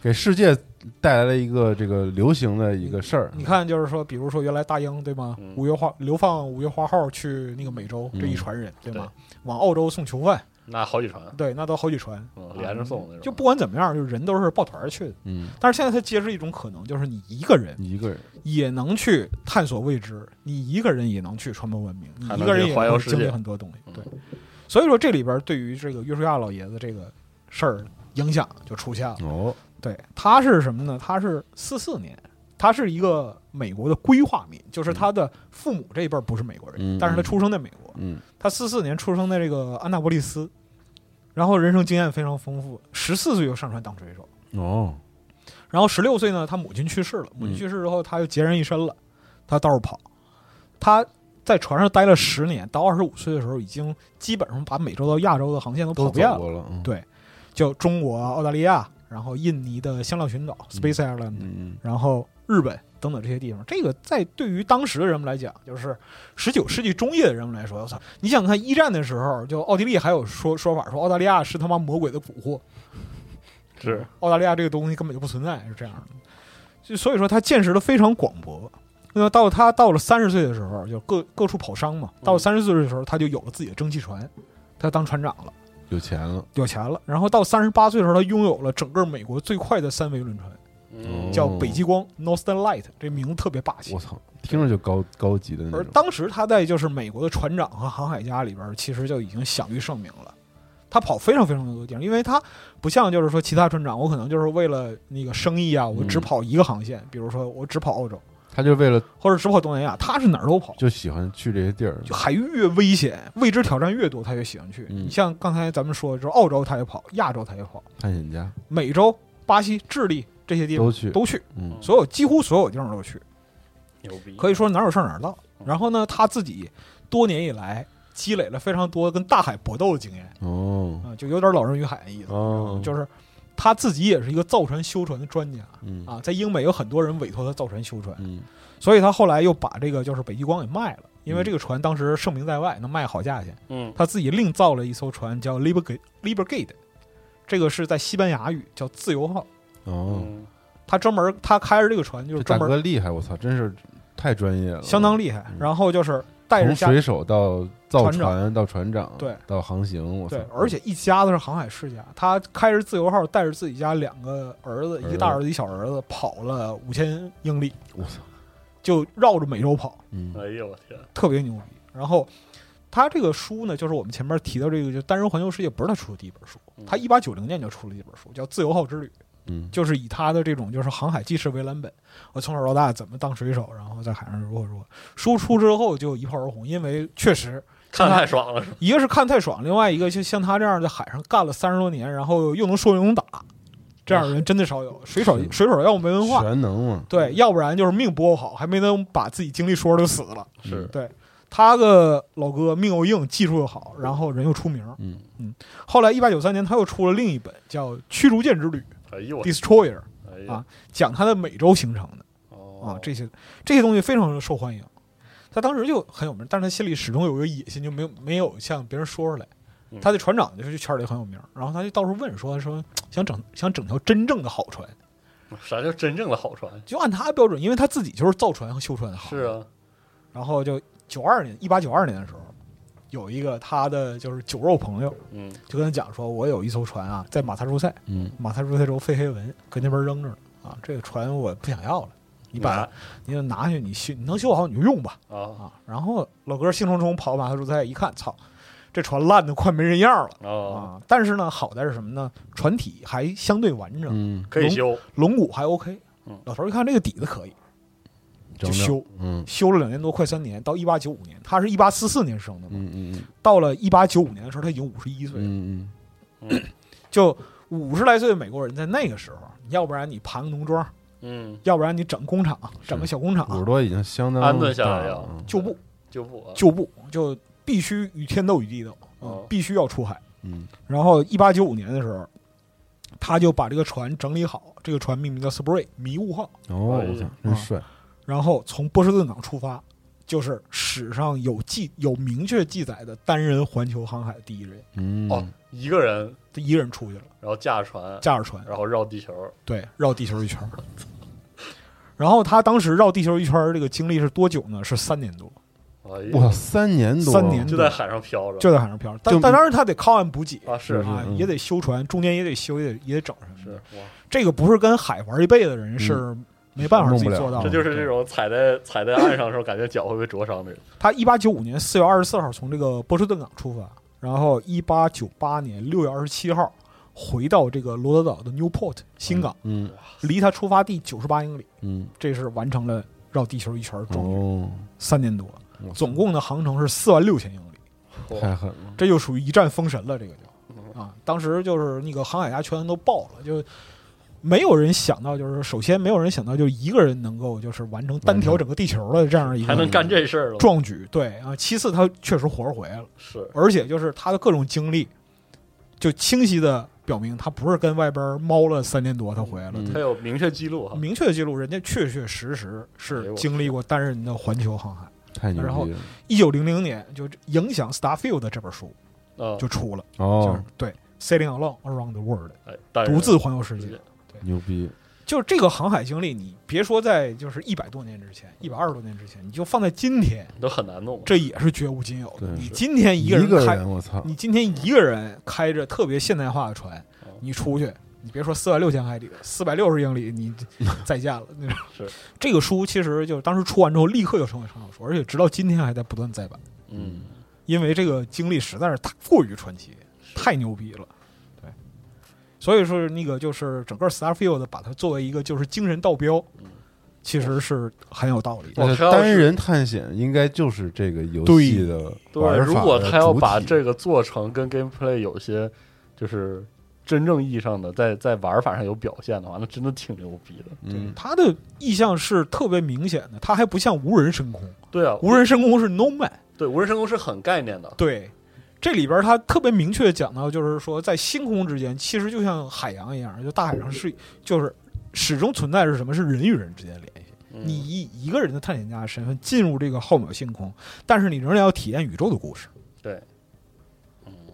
给世界带来了一个这个流行的一个事儿，
你看，就是说，比如说原来大英对吗
嗯？
五月花流放五月花号去那个美洲，
嗯
这一船人对吗？往澳洲送囚犯，
那好几船，
对，那都好几船，
嗯，连着送那种。
就不管怎么样，就人都是抱团儿去的。
嗯，
但是现在它揭示一种可能，就是你一个人
你一个人，
也能去探索未知，你一个人也能去传播文明，你
还能
一个人
去
也
环游
能
世
经历
界
很多东西。对
嗯，
所以说这里边对于这个约书亚老爷子这个事儿影响就出现了。
哦，
对，他是什么呢？他是四四年，他是一个美国的规划民，就是
嗯
他的父母这一辈儿不是美国人，
嗯
但是他出生在美国，
嗯，
他四四年出生在这个安纳波利斯，然后人生经验非常丰富，十四岁就上船当水手。
哦，
然后十六岁呢，他母亲去世了，
嗯
母亲去世之后，他又孑然一身了，他到处跑。他在船上待了十年，到二十五岁的时候，已经基本上把美洲到亚洲的航线都
都
跑
走
遍了，
过了，嗯
对就中国、澳大利亚，然后印尼的香料群岛 （Space Island），、
嗯，
然后日本等等这些地方。这个在对于当时的人们来讲，就是十九世纪中叶的人们来说，我操！你想看一战的时候，就奥地利还有说说法说澳大利亚是他妈魔鬼的蛊惑，
是
澳大利亚这个东西根本就不存在，是这样的。就所以说，他见识的非常广博。那么到他到了三十岁的时候，就各各处跑商嘛。到了三十岁的时候，他就有了自己的蒸汽船，他当船长了，
有钱了，
有钱了。然后到三十八岁的时候，他拥有了整个美国最快的三维轮船，
嗯
叫
哦
北极光 （Northern Light），这名字特别霸气
我。操，听着就高高级的那
而
种，
当时他在就是美国的船长和航海家里边，其实就已经享誉盛名了。他跑非常非常多的地方，因为他不像就是说其他船长，我可能就是为了那个生意啊，我只
嗯
跑一个航线，比如说我只跑澳洲
他就为了
或者只跑东南亚，他是哪儿都跑，
就喜欢去这些地儿，
就海域越危险、未知挑战越多，他越喜欢去。
嗯
你像刚才咱们说，就是澳洲他也跑，亚洲他也跑，
探险家
美洲、巴西、智利这些地方
都去，
都去，
嗯，
所有几乎所有地方都去。
牛逼，
可以说哪有上哪儿到。
嗯
然后呢，他自己多年以来积累了非常多跟大海搏斗的经验
哦，
啊、就有点老人与海的意思，
哦，
就是他自己也是一个造船修船的专家
嗯
啊，在英美有很多人委托他造船修船，
嗯
所以他后来又把这个就是北极光给卖了。因为这个船当时盛名在外，能卖好价钱。
嗯，
他自己另造了一艘船，叫 Libergate Libergate，这个是在西班牙语叫自由号。
哦，
嗯
他专门他开着这个船，就
这
是
大
专
哥
门
厉害，我操，真是太专业了，
相当厉害
嗯。
然后就是带着
从
家
水手到造
船长
船到船长，
对，
到航行，我操
对，，而且一家子是航海世家，他开着自由号，带着自己家两个儿子，一个大儿子，一小儿子，跑了五千英里，
我操，
就绕着美洲跑，
嗯
哎呦我天，
特别牛逼。然后他这个书呢，就是我们前面提到这个，就单人环游世界，不是他出的第一本书，他一八九零年就出了一本书，叫《自由号之旅》，
嗯，
就是以他的这种就是航海技师为蓝本，我从小到大怎么当水手，然后在海上如何如何。书出之后就一炮而红，因为确实
看太爽了，是吧
一个是看太爽，另外一个就像他这样在海上干了三十多年，然后又能说又能打，这样的人真的少有。水手
是
水手要么没文化，
全能嘛，
对，要不然就是命不好，还没能把自己经历说就死了。
是
他个老哥命又硬，技术又好，然后人又出名。
嗯
后来一八九三年，他又出了另一本叫《驱逐舰之旅》
哎呦我，
（Destroyer），
哎
啊
呀，
讲他的美洲行程的。
哦
啊，这些这些东西非常受欢迎。他当时就很有名，但是他心里始终有一个野心，就没有没有向别人说出来。
嗯
他的船长就是圈里很有名，然后他就到处问说说想整想整条真正的好船，
啥叫真正的好船？
就按他的标准，因为他自己就是造船和修船的好。
是。啊，
然后就九二年，一八九二年的时候，有一个他的就是酒肉朋友
嗯
就跟他讲说，我有一艘船啊，在马萨诸塞，
嗯，
马萨诸塞州费黑文搁那边扔着呢啊，这个船我不想要了，你把
拿
你就拿去，你修你能修好你就用吧
啊
啊。然后老哥兴冲冲跑马萨诸塞一看，操，这船烂的快没人样了
哦
啊，
啊！但是呢，好在是什么呢？船体还相对完整，
嗯，
可以修，
龙骨还 OK
嗯。
老头一看这个底子可以，就
整整
修，
嗯
修了两年多，快三年，到一八九五年，他是一八四四年生的嘛，
嗯嗯
到了一八九五年的时候，他已经五十一
嗯
岁了，
嗯
就五十来岁的美国人在那个时候，要不然你盘个农庄，
嗯，
要不然你整工厂，整个小工
嗯，五十
厂，
多已经相当
安顿下来
大
呀
了嗯
旧部
就不啊，
旧部就必须与天斗与地斗，
哦
嗯，必须要出海。
嗯
然后一八九五年的时候，他就把这个船整理好，这个船命名叫 Spray 迷雾号，
哦，
哎
我操，真
啊
帅，
然后从波士顿港出发，就是史上有记有明确记载的单人环球航海第一人，
嗯
哦，一个人，
他一个人出去了，
然后驾着船，
驾着船。
然后绕地球，
对，绕地球一圈儿。然后他当时绕地球一圈儿这个经历是多久呢？是三年多，
哎呀
哇，三年多，
三年
就在海上漂着，
就在海上漂着。但
就
但当然他得靠岸补给
啊是
是
啊，
嗯
也得修船，中间也得修，也得也得整什么
是
的。
哇，
这个不是跟海玩一辈子的人是没办法自己做到
嗯弄不了
这
的。
就是这种踩在踩在岸上的时候，感觉脚会被灼伤的人。
他一八九五年四月二十四号从这个波士顿港出发，然后一八九八年六月二十七号回到这个罗德岛的 Newport 新港，
嗯
离他出发地九十八英里，
嗯，
这是完成了绕地球一圈儿壮举，
哦，
三年多。
我操
总共的航程是四万六千英里，
太狠了，
这就属于一战封神了。这个就啊，当时就是那个航海家圈都爆了，就没有人想到，就是首先没有人想到，就一个人能够就是完成单挑整个地球的这样一
还
个
能干这事儿了，
壮举。对啊，其次他确实活着回来了，
是
而且就是他的各种经历，就清晰的表明他不是跟外边猫了三年多他回来了。
嗯
他有明确记录哈，
明确记录，人家确确实实
嗯哎
是
呦
经历过单人的环球航海。
太牛
然后
逼了，
一九零零年，就影响 Starfield 的这本书
啊，
就出了。就是
哦，
对 sailing alone around the world，
哎但是
独自环游世
直
界
接。
牛逼，
就是这个航海经历，你别说在就是一百多年之前，一百二十多年之前，你就放在今天，
都很难弄，
这也是绝无仅有的。
对
你
是
今天一
一
个人开，
人，我操，
你今天一个人开着特别现代化的船
哦，
你出去，你别说四万六千海里，四百六十英里， 你再见了。那种
是
这个书其实就是当时出完之后，立刻就成为畅销书，而且直到今天还在不断再版，
嗯，
因为这个经历实在是太过于传奇。
是
太牛逼了，对。所以说，那个就是整个 Starfield 把它作为一个就是精神道标
嗯，
其实是很有道理的。
我
而且
看到是
单人探险应该就是这个游戏的
对，
玩
如
法
果
的
他要
主
把
体
这个做成跟 gameplay 有些就是真正意义上的在在玩法上有表现的话，那真的挺牛逼的。
嗯
它的意向是特别明显的，它还不像无人深空，
对啊，
无人深空是 No Man。
对无人深空是很概念的，
对，这里边它特别明确讲到，就是说在星空之间，其实就像海洋一样，就大海上是就是始终存在是什么？是人与人之间的联系。
嗯
你以一个人的探险家的身份进入这个浩渺星空，但是你仍然要体验宇宙的故事。嗯
对，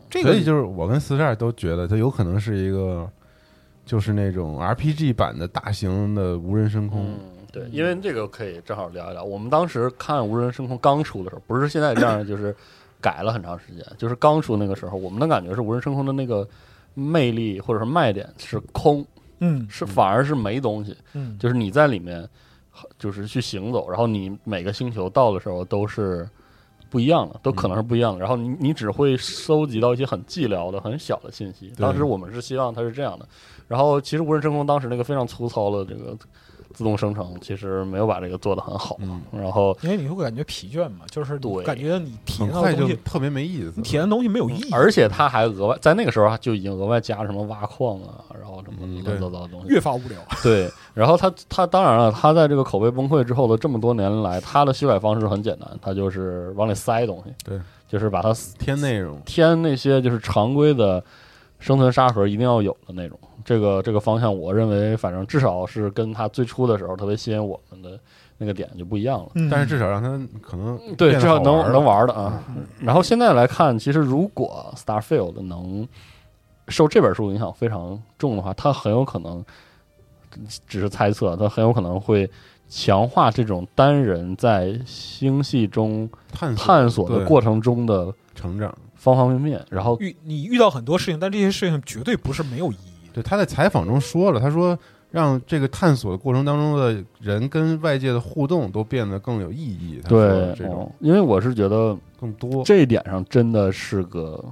这个
所以就是我跟四十二都觉得它有可能是一个，就是那种 RPG 版的大型的无人深空。
嗯，对，因为这个可以正好聊一聊。我们当时看无人深空刚出的时候，不是现在这样，就是改了很长时间。就是刚出那个时候，我们的感觉是无人深空的那个魅力或者是卖点是空，
嗯
是反而是没东西。
嗯，
就是你在里面，就是去行走，然后你每个星球到的时候都是不一样的，都可能是不一样的。然后你你只会收集到一些很寂寥的、很小的信息。
对
当时我们是希望它是这样的。然后其实无人深空当时那个非常粗糙的这个自动生成，其实没有把这个做得很好。
嗯，
然后
因为你会感觉疲倦嘛，就是你
对
感觉你体
很
验到的
快
东
就嗯
西，
特别没意思
你。体验的东西没有意义，
而且它还额外在那个时候就已经额外加了什么挖矿啊，然后什么
嗯
乱七八糟的东西。
越发无聊。
对，然后他他当然了，他在这个口碑崩溃之后的这么多年来，他的修改方式很简单，他就是往里塞东西，
对，
就是把它
天内容，
添那些就是常规的生存沙盒一定要有的那种，这个这个方向，我认为反正至少是跟他最初的时候特别吸引我们的那个点就不一样了。
嗯
但是至少让他可能
嗯对，
变
至
得
少
好
能
玩儿
能
了嗯
玩的啊。然后现在来看，其实如果 Starfield 能受这本书影响非常重的话，它很有可能，只是猜测，它很有可能会强化这种单人在星系中
探索
探索的
对
过程中的
成长。
方方面面，然后
遇你遇到很多事情，但这些事情绝对不是没有意义的。
对，他在采访中说了，他说让这个探索的过程当中的人跟外界的互动都变得更有意义。他说
对
了这种
哦因为我是觉得
更多，
这一点上真的是个，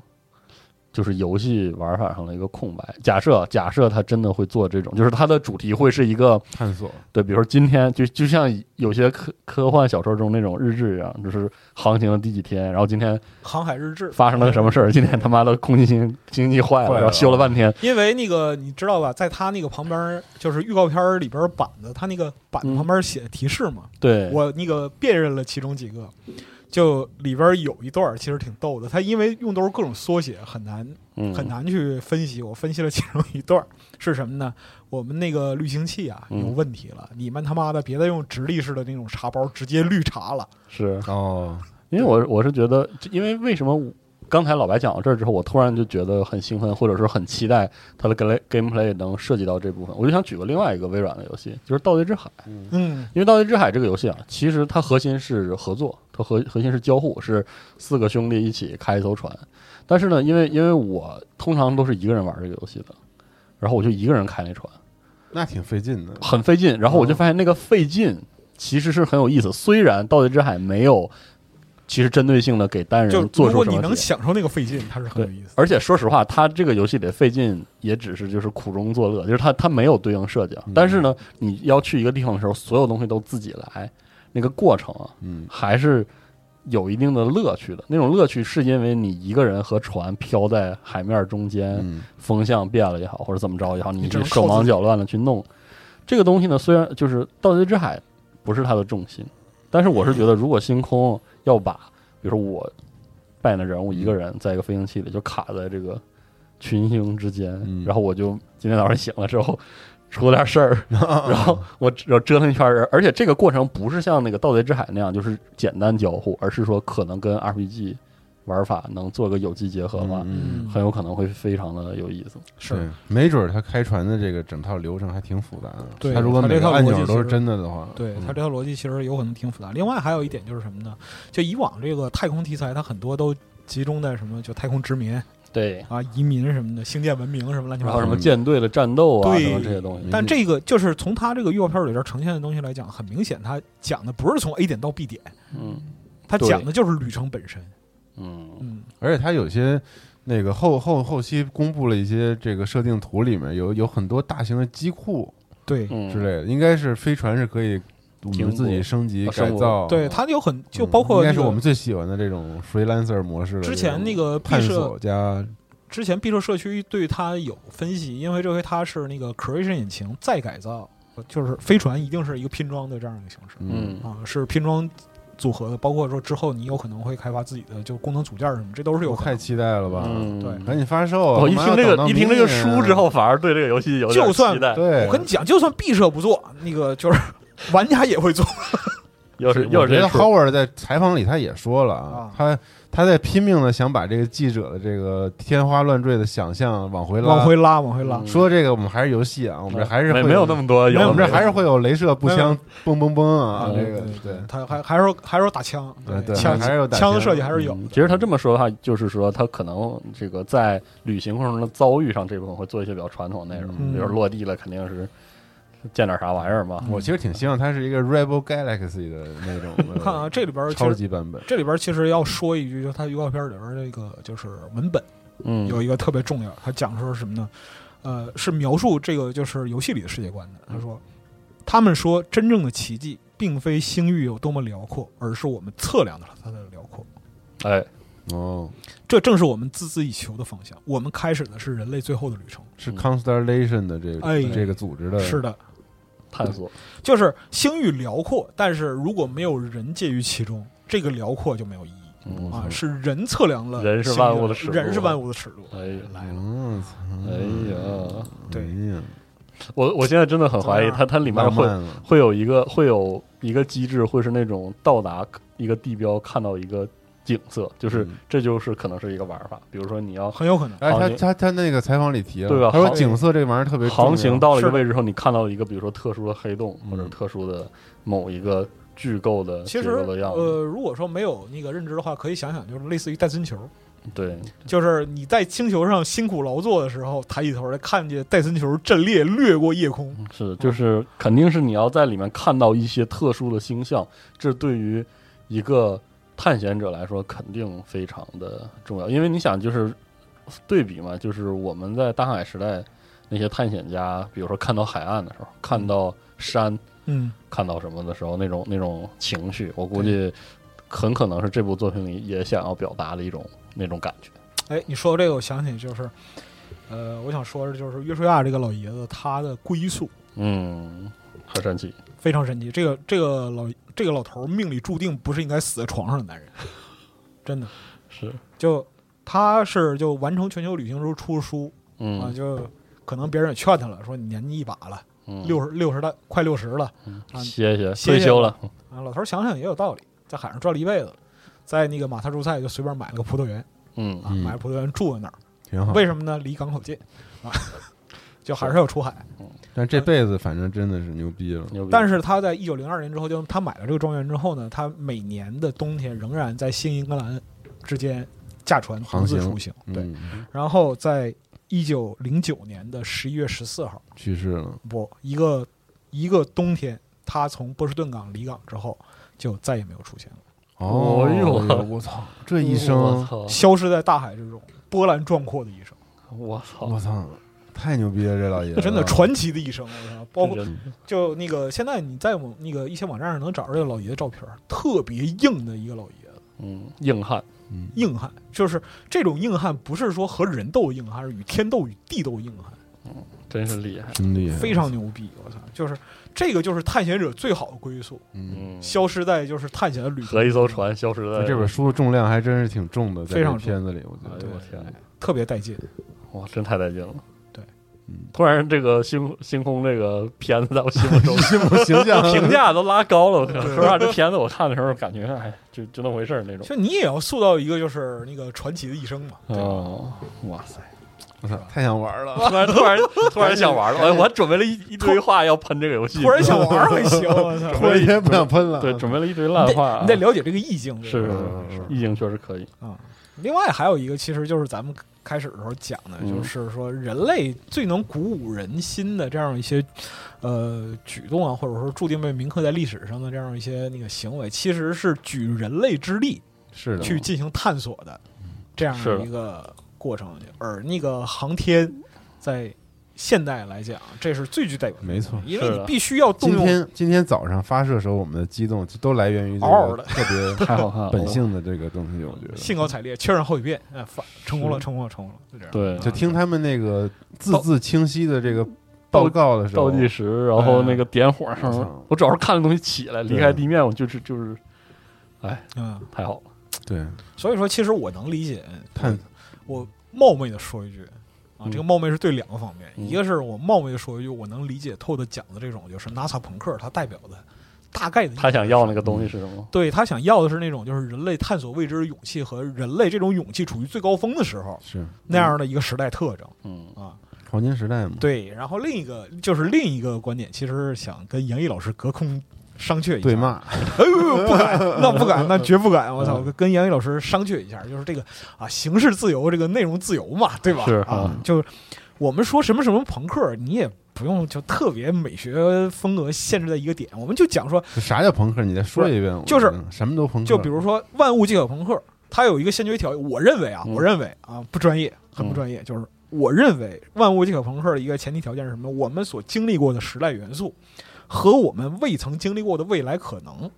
就是游戏玩法上的一个空白。假设假设他真的会做这种，就是它的主题会是一个
探索
对，比如说今天就就像有些科科幻小说中那种日志一样，就是航行的第几天，然后今天
航海日志
发生了个什么事儿，今天他妈的空气星星际坏了，
坏了
然后修了半天，
因为那个你知道吧，在他那个旁边儿就是预告片儿里边儿板子，他那个板子
嗯
旁边儿写提示嘛，
对，
我那个辨认了其中几个，就里边儿有一段儿其实挺逗的，他因为用都是各种缩写，很难
嗯
很难去分析。我分析了其中一段儿是什么呢？我们那个滤清器啊
嗯
有问题了，你们他妈的别再用直立式的那种茶包直接滤茶了。
是
哦，
因为我我是觉得，因为为什么我刚才老白讲到这儿之后，我突然就觉得很兴奋，或者说很期待它的 game gameplay 能涉及到这部分。我就想举个另外一个微软的游戏，就是《盗贼之海》。
嗯
因为《盗贼之海》这个游戏啊，其实它核心是合作，它核核心是交互，是四个兄弟一起开一艘船。但是呢，因为因为我通常都是一个人玩这个游戏的，然后我就一个人开那船，
那挺费劲的。
很费劲。然后我
嗯
就发现那个费劲其实是很有意思。虽然《盗贼之海》没有其实针对性的给单
就
人做
如
出
果
什
你
么
能
解
享受那个费劲，它是很有意思。
而且说实话，它这个游戏里费劲也只是就是苦中作乐，就是它它没有对应设计啊。
嗯
但是呢，你要去一个地方的时候，所有东西都自己来，那个过程啊，
嗯，
还是有一定的乐趣的。那种乐趣是因为你一个人和船飘在海面中间，
嗯
风向变了也好，或者怎么着也好，你
只能
手
靠
忙
自己
脚乱的去弄。这个东西呢，虽然就是《盗贼之海》不是它的重心，但是我是觉得，如果星空要把，比如说我扮演的人物一个人在一个飞行器里就卡在这个群星之间，
嗯
然后我就今天早上醒了之后 出了点事儿，然 后我我折腾一圈人，而且这个过程不是像那个《盗贼之海》那样就是简单交互，而是说可能跟 RPG 玩法能做个有机结合吧。
嗯，
很有可能会非常的有意思。
对，没准儿他开船的这个整套流程还挺复杂的。
对
他如果
他这
每个
套
按
逻辑
钮
其
都是
实
真的的话，
对
嗯
它这套逻辑其实有可能挺复杂。另外还有一点就是什么呢？就以往这个太空题材，它很多都集中在什么就太空殖民
对，
啊、移民什么的、星舰文明什么乱七八
然
糟
后
的
什。么舰队的战斗啊，
对
什么这些东西。
但这个就是从它这个预告片里边呈现的东西来讲，很明显，它讲的不是从 A 点到 B 点，
嗯
它
对
讲的就是旅程本身。
嗯，
嗯，
而且它有些那个后后后期公布了一些这个设定图，里面有有很多大型的机库
对，
嗯
之类的，应该是飞船是可以我
停泊
们自己升级
啊
改
升级
造，
对，
嗯，
它有很就包括
应该
那
是我们
个
最喜欢的这种 freelancer 模式的
之
这
前
种
那个毕
探
设
索加
之前毕设社区对它有分析，因为这回它是那个 Creation 引擎再改造，就是飞船一定是一个拼装的这样一个形式
嗯
啊，是拼装组合的，包括说之后你有可能会开发自己的就功能组件什么，这都是有
我
可
太
能的。
期待了吧！
嗯
对
赶紧发售啊！
我一
干嘛
听
要
这个
等到
一听这
明
个
年
书
啊
之，后，反而对这个游戏有点
就算
期待。
对，
我跟你讲，就算毕设不做，那个就是 玩家也会做。
又是
我
又是
觉
这
得
出
Howard 在采访里他也说了啊
啊，
他他在拼命的想把这个记者的这个天花乱坠的想象往回拉，啊
往回拉，往回拉。
嗯
说这个我们还是游戏啊，我们这还是
没
会
没有那么多，
我
有
们这还是会有镭射步
没有
枪嘣嘣嘣啊，
嗯
这个对
呃他还还是有还是有打枪，
嗯对
枪
还是有打
枪的
枪嗯
设计还是有。
嗯其实他这么说的话，就是说他可能这个在旅行过程中的遭遇上这部分会做一些比较传统的内容，
嗯
比如落地了肯定是见点啥玩意儿嘛。
我其实挺希望它是一个 Rebel Galaxy 的那种。
你 看啊，这里边儿其
超
实
级版本，
这里边儿其实要说一句，就是它预告片里边儿这个就是文本
嗯，
有一个特别重要，它讲的是什么呢？呃，是描述这个就是游戏里的世界观
嗯
的。他说，他们说真正的奇迹并非星域有多么辽阔，而是我们测量的它的辽阔。
哎，
哦，
这正是我们孜孜以求的方向。我们开始的是人类最后的旅程。
是 Constellation 的这个、
嗯哎
这个组织的，
是的，
探索
就是星域辽阔，但是如果没有人介于其中，这个辽阔就没有意义。
什
嗯
么东西
啊
了，
是人测量了
人是
心灵
万物的尺度啊
人是万物的尺度。
哎呀，
来了，
嗯，
哎呀，
对
哎呀，
我我现在真的很怀疑
怎么
啊
样
它它里面
浪
会
漫啊了，
会有一个会有一个机制，会是那种到达一个地标看到一个景色，就是、
嗯
这就是可能是一个玩法。比如说你要
很有可能。
哎，
好
他
你
他他那个采访里提了，啊
对吧
他说
航
景色这玩意儿特别重要
航行到了一个
是的
位置后，你看到一个比如说特殊的黑洞
嗯
或者特殊的某一个巨构的
其
结
实
构的样子，
呃，如果说没有那个认知的话，可以想想，就是类似于戴森球，
对，
就是你在星球上辛苦劳作的时候，抬起头来看见戴森球阵列掠过夜空，
是就是肯定是你要在里面看到一些特殊的星象，这对于一个探险者来说肯定非常的重要，因为你想就是对比嘛，就是我们在大航海时代那些探险家，比如说看到海岸的时候，看到山，
嗯，
看到什么的时候，那种那种情绪，我估计很可能是这部作品里也想要表达的一种那种感觉。
哎，你说到这个，我想起就是，呃，我想说的就是约书亚这个老爷子，他的归宿
嗯，很神奇。
非常神奇。这个这个老这个老头儿命里注定不是应该死在床上的男人， 真的
是，
就他是就完成全球旅行之后出的书
嗯
啊，就可能别人也劝他了，说你年纪一把了，
嗯
六十六十了，快六十了啊
歇歇，
歇
退
歇
休了，
啊。老头儿想想也有道理，在海上转了一辈子了，在那个马萨诸塞就随便买了个葡萄园
嗯
啊，
嗯
买了葡萄园住在那儿。
挺好。
为什么呢？离港口近啊， 就还是要出海。
但
嗯
这辈子反正真的是牛逼了，
牛逼。
但是他在一九零二年之后，就他买了这个庄园之后呢，他每年的冬天仍然在新英格兰之间驾船独
航行
自出行。对，
嗯，
然后在一九零九年的十一月十四号，
去世了，
不，一个一个冬天，他从波士顿港离港之后，就再也没有出现了，
哦
哎呦
我操，这
嗯
一
我
生，
操，
消失在大海之中，波澜壮阔的一生，
我操，
我操，太牛逼了，这老爷子，
真
啊
的传奇的一生。我操，包括
这人
就那个现在你在我那个一些网站上能找着这个老爷的照片，特别硬的一个老爷子。
嗯，硬汉，
嗯，
硬汉，就是这种硬汉，不是说和人斗硬汉，是与天斗与地斗硬汉，
真是厉害。
真厉害，
非常牛逼！我操，就是这个就是探险者最好的归宿，
嗯，
嗯，
消失在就是探险的旅途
和一艘船消失在
这本书的重量还真是挺重的，
嗯
在
非
这
常嗯
个片子里，我觉
哎
得
呦我
对
天，
特别带劲。
哇，真太带劲了！，
嗯
突然这个星星空这个片子在我心目 中
形象
评价都拉高了。我靠说实话，这片子我看的时候感觉哎，就就那回事儿那种。
就你也要塑造一个就是那个传奇的一生嘛，对吧
哦，哇塞！
我操，太想 玩了，
突然突然突然想玩了，哎，我准备了一一堆话要喷这个游戏，
突然想玩儿还行，我 操！
突然间不想喷了，
对，准备了一堆烂话啊
你得。了解这个意境，
是
对吧
是是，意境确实可以。
啊。另外还有一个，其实就是咱们开始的时候讲的，
嗯
就是说人类最能鼓舞人心的这样一些呃举动啊，或者说注定被铭刻在历史上的这样一些那个行为，其实是举人类之力
是的，
去进行探索的这样
是的
一个过程。而那个航天在现代来讲，这是最具代表性的，
没错
因为
是
你
的
必须要动
今
用
天今天早上发射时候，我们的激动都来源于这
嗷嗷
个
的
特 别
太好看了，
本性的这个东西，我觉得。嗯
兴高采烈，确认后语变，哎，发成功了，
是
成功了，成功了，就这样。
对，
就听他们那个字字清晰的这个报告的时候，
倒计时，然后那个点火
我操
声，哎我主要是看着东西起来，离
对
开地面，我就是就是，哎，
嗯，
太好了，
对
所以说，其实我能理解
探
我冒昧的说一句啊，
嗯
这个冒昧是对两个方面，
嗯
一个是我冒昧的说一句，我能理解透的讲的这种就是 NASA 朋克它代表的大概的意思，
他想要那个东西是什么？
对他想要的是那种就是人类探索未知的勇气和人类这种勇气处于最高峰的时候
是
那样的一个时代特征
嗯
啊。
黄金时代嘛，
对，然后另一个就是另一个观点，其实是想跟杨毅老师隔空。商榷一下，
对骂，
哎呦，不敢，那不敢，那绝不敢！我
嗯
操，跟杨毅老师商榷一下，就是这个啊，形式自由，这个内容自由嘛，对吧？
是
啊
嗯，
就是我们说什么什么朋克，你也不用就特别美学风格限制在一个点，我们就讲说，
啥叫朋克？你再说一遍，我
就是
觉得什么都朋克，
就比如说万物皆可朋克，它有一个先决条件，我认为啊，
嗯
我认为啊，不专业，很不专业，就是我认为万物皆可朋克的一个前提条件是什么？我们所经历过的时代元素和我们未曾经历过的未来可能。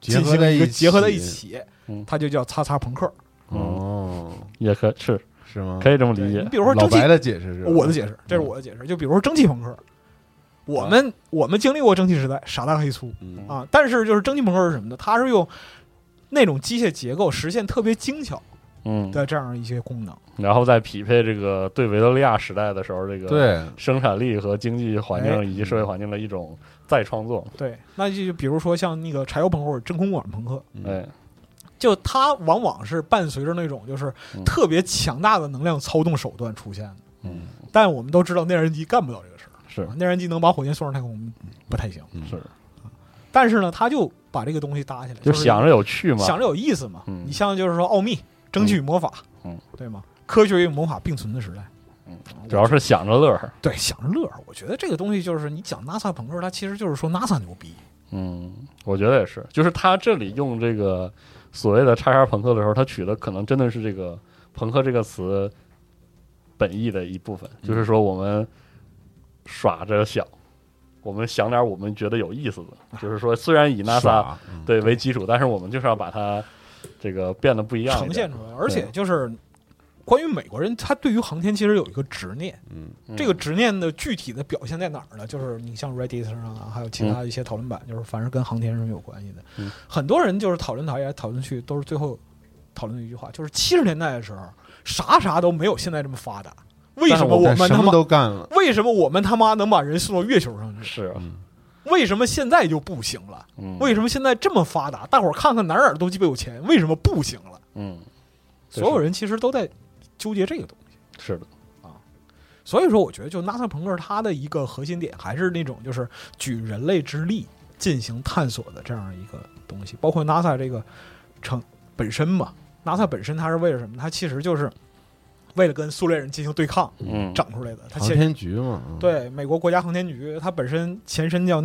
结
进
合
行
在
一个
起
结合在一，起
嗯，
它就叫“擦擦朋克
哦，
也可是
是吗？
可以这么”。理
对你
解，
比如说
老
蒸汽
白，的嗯解释是吧
我的解释，这是我的解释。就比如说蒸汽朋克，我们我们经历过蒸汽时代，傻大黑粗
啊嗯
啊，但是就是蒸汽朋克是什么呢？它是用那种机械结构实现特别精巧
嗯，
的这样一些功能。
然后再匹配这个对维多利亚时代的时候，这个
对，
生产力和经济环
哎
境以及社会环境的一种再创作。
对，那就比如说像那个柴油朋克或者真空管朋克，
嗯
哎，
就它往往是伴随着那种就是
嗯
特别强大的能量操纵手段出现的。
嗯，
但我们都知道内燃机干不到这个事儿，啊
是
内燃机能把火箭送上太空不太行。
嗯
是，
但是呢，他就把这个东西搭起来，
就是想着有趣嘛，
想着有意思嘛。
嗯
你像就是说奥秘、争取与魔法，
嗯，
对吗？科学与魔法并存的时代，
嗯
我
主要是想着乐儿。
对想着乐儿。我觉得这个东西就是你讲 NASA 朋克，它其实就是说 NASA 牛逼，
嗯，我觉得也是，就是他这里用这个所谓的“叉叉朋克”的时候，他取的可能真的是这个“朋克”这个词本意的一部分，
嗯
就是说我们耍着想，我们想点我们觉得有意思的，就是说虽然以 NASA
耍嗯
对为基础，但是我们就是要把它这个变得不一样一
呈现
点，
出来。而且就是关于美国人，他对于航天其实有一个执念，
嗯
嗯
这个执念的具体的表现在哪儿呢？就是你像 Reddit 上啊，还有其他一些讨论版，就是凡是跟航天上有关系的，
嗯
很多人就是讨论讨厌讨论去，都是最后讨论一句话，就是七十年代的时候，啥啥都没有现在这么发达，为什么我
但
们
什
他
么
妈？
都干了，
为什么我们他妈能把人送到月球上去？
是，
嗯
为什么现在就不行了？
嗯，
为什么现在这么发达？大伙儿看看哪儿哪儿都鸡巴有钱，为什么不行了？
嗯，对
所有人其实都在纠结这个东西。
是的，
所以说，我觉得就纳粹朋克它的一个核心点还是那种就是举人类之力进行探索的这样一个东西，包括 NASA 这个成本身嘛，NASA 本身它是为了什么？它其实就是为了跟苏联人进行对抗
嗯，
整出来的。它
航
其
天局嘛，嗯，
对美国国家航天局，它本身前身叫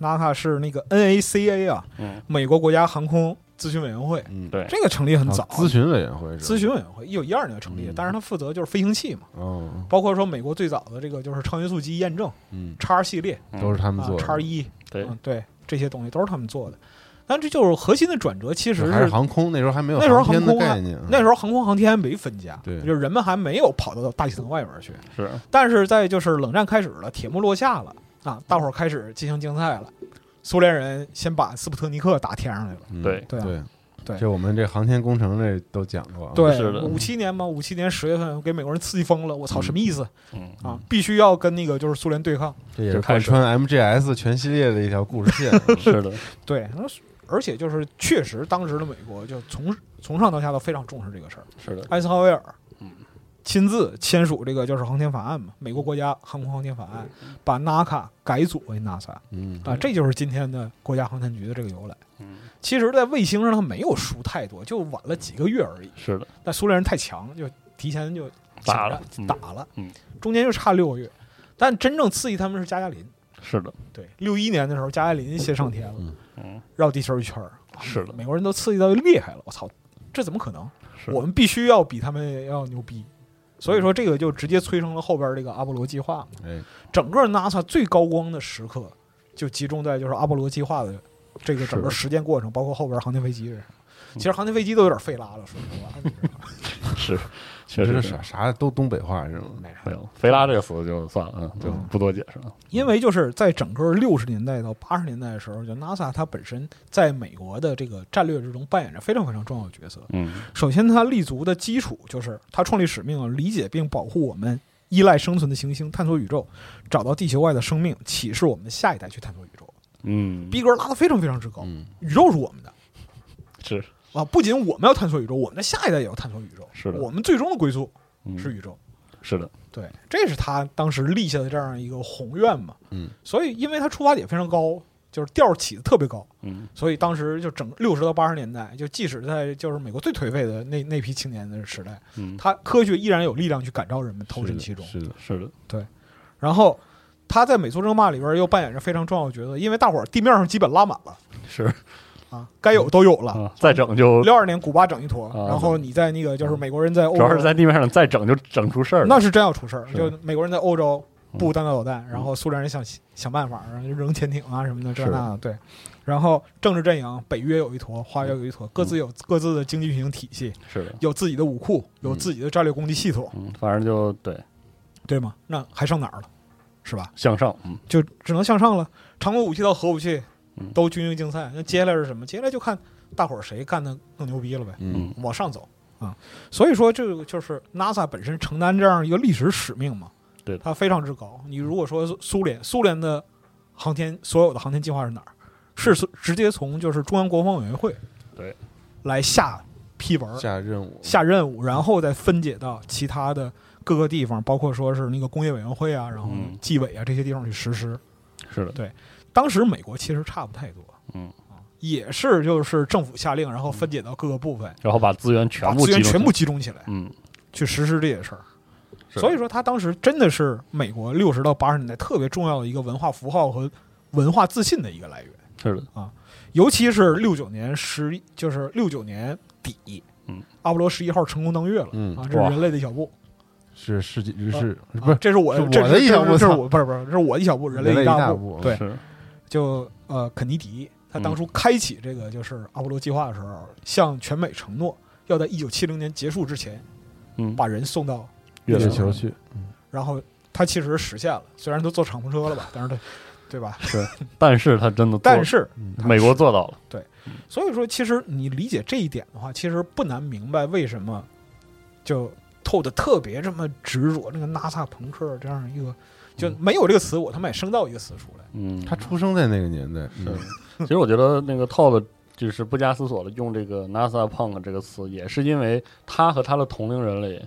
NACA，NACA 是那个 NACA 啊，
嗯，
美国国家航空咨询委员会，
嗯
对
这个成立很
啊
早，
咨询委员会是
咨
吧
询委员会一九一二年成立的，
嗯
但是它负责就是飞行器嘛，
哦，
包括说美国最早的这个就是超音速机验证
嗯，
叉系列
嗯
都是他们
啊
做的，
叉一，
对
嗯对，这些东西都是他们做的，但这就是核心的转折，其实
还是航空那时候还没有
那时候
航天
航
的
空啊
概念，
那时
候
候航空航天还没分家，
对
就是人们还没有跑到大气层外边去，
嗯是，
但是在就是冷战开始了，铁幕落下了啊，大伙儿开始进行竞赛了。苏联人先把斯普特尼克打天上去了，
对
对啊
嗯对
对
这我们这航天工程这都讲过啊，
对
是的，
五七年嘛，五七年十月份给美国人刺激疯了，我操，
嗯
什么意思
嗯，
啊？必须要跟那个就是苏联对抗，
这也
就是开
贯
始
穿 MGS 全系列的一条故事 线，
是的，
对，那是而且就是确实当时的美国就从从上到下都非常重视这个事儿，
是的，
艾森豪威尔
嗯。
亲自签署这个就是航天法案嘛，美国国家航空航天法案，
嗯
把 NACA 改组为 NASA
嗯
啊，这就是今天的国家航天局的这个由来。
嗯，
其实，在卫星上它没有输太多，就晚了几个月而已。
是的，
但苏联人太强，就提前就
打了
抢
嗯
着打了，
嗯
中间就差六个月。但真正刺激他们是加加林，
是的，
对，六一年的时候，加加林先上天了，
嗯
嗯，
绕地球一圈儿，啊
是的
美国人都刺激到厉害了，我操，这怎么可能？
是嗯
我们必须要比他们要牛逼。所以说，这个就直接催生了后边这个阿波罗计划嘛。
哎，
整个 NASA 最高光的时刻，就集中在就是阿波罗计划的这个整个
是嗯
实践过程，包括后边航天飞机这上。其实航天飞机都有点费拉了，说实话，
是，确
这
实
是
是
啥。啥都东北话是吗？
没啥
没有，哎肥拉这个词就算了，嗯，就不多解释了。
因为就是在整个六十年代到八十年代的时候，就 NASA 它本身在美国的这个战略之中扮演着非常非常重要的角色。
嗯，
首先，它立足的基础就是它创立使命啊，理解并保护我们依赖生存的行星，探索宇宙，找到地球外的生命，启示我们的下一代去探索宇宙。
嗯，
逼格拉得非常非常之高，
嗯，
宇宙是我们的
是
啊！不仅我们要探索宇宙，我们的下一代也要探索宇宙。
是的
我们最终的归宿
嗯
是宇宙。
是的，
对，这是他当时立下的这样一个宏愿嘛。
嗯，
所以因为他出发点非常高，就是调儿起的特别高，
嗯
所以当时就整六十到八十年代，就即使在就是美国最颓废的那那批青年的时代，
嗯，
他科学依然有力量去感召人们投身其中。
是的，
是的，
然后。他在美苏争霸里边又扮演着非常重要的角色，因为大伙儿地面上基本拉满了
是
啊，该有都有了，
啊，再整就
六二年古巴整一坨，
啊嗯
然后你在那个就是美国人在欧
主
洲，
要是在地面上再整就整出事儿了。
那是真要出事儿，
是
就美国人在欧洲
嗯
布弹道导弹，然后苏联人想想办法，然后就扔潜艇啊什么的这
是
那的，对。然后政治阵营，北约有一坨，华
嗯
约有一坨，各自有各自的经济运行体系，
是的，
有自己的武库，有自己的战略攻击系统，
嗯，反正就对
对吗？那还上哪儿了？是吧？
向上，嗯
就只能向上了。常规武器到核武器
嗯
都军用竞赛，那接下来是什么？接下来就看大伙儿谁干的更牛逼了呗，
嗯
往上走啊。所以说，这个就是 NASA 本身承担这样一个历史使命嘛，
对的
它非常之高。你如果说苏苏联，苏联的航天所有的航天计划是哪儿？是从直接从就是中央国防委员会
嗯对
来下批文儿，
下任务
下任务，然后再分解到其他的各个地方，包括说是那个工业委员会啊，然后
嗯
纪委啊这些地方去实施。
是的，
当时美国其实差不太多，
嗯
啊，也是就是政府下令，然后分解到各个部分，
然后把资源
把
全部
资源
集中起
全部
来，
集中起来
嗯，
去实施这些事儿。
是
所以说，他当时真的是美国六十到八十年代特别重要的一个文化符号和文化自信的一个来源，
是的，
尤其是六九年十，就是六九年底，
嗯，
阿波罗十一号成功登月了，
嗯
啊，这是
哇
人类的一小步。
是世界是
啊
不是
这是我
是
这
我的一小步
这是这
操
是我不是不是，这是我的一小步，人类
人类
一
一
大
大
步
步。嗯
对，
是
就呃，肯尼迪他当初开启这个就是阿波罗计划的时候，向全美承诺要在一九七零年结束之前
嗯，
把人送到，
月
月
球
球去？
嗯然后他其实实现了，虽然都坐敞篷车了吧，但是他对吧？
但是他真的做，
但是
嗯
美国做到了，
所以说，其实你理解这一点的话，其实不难明白为什么就透的特别这么执着那个 NASA 朋克这样一个，就没有这个词，我他妈也生造一个词出来。
嗯，
他出生在那个年代，嗯
其实我觉得那个 Todd 就是不加思索的用这个 NASA Punk 这个词，也是因为他和他的同龄人类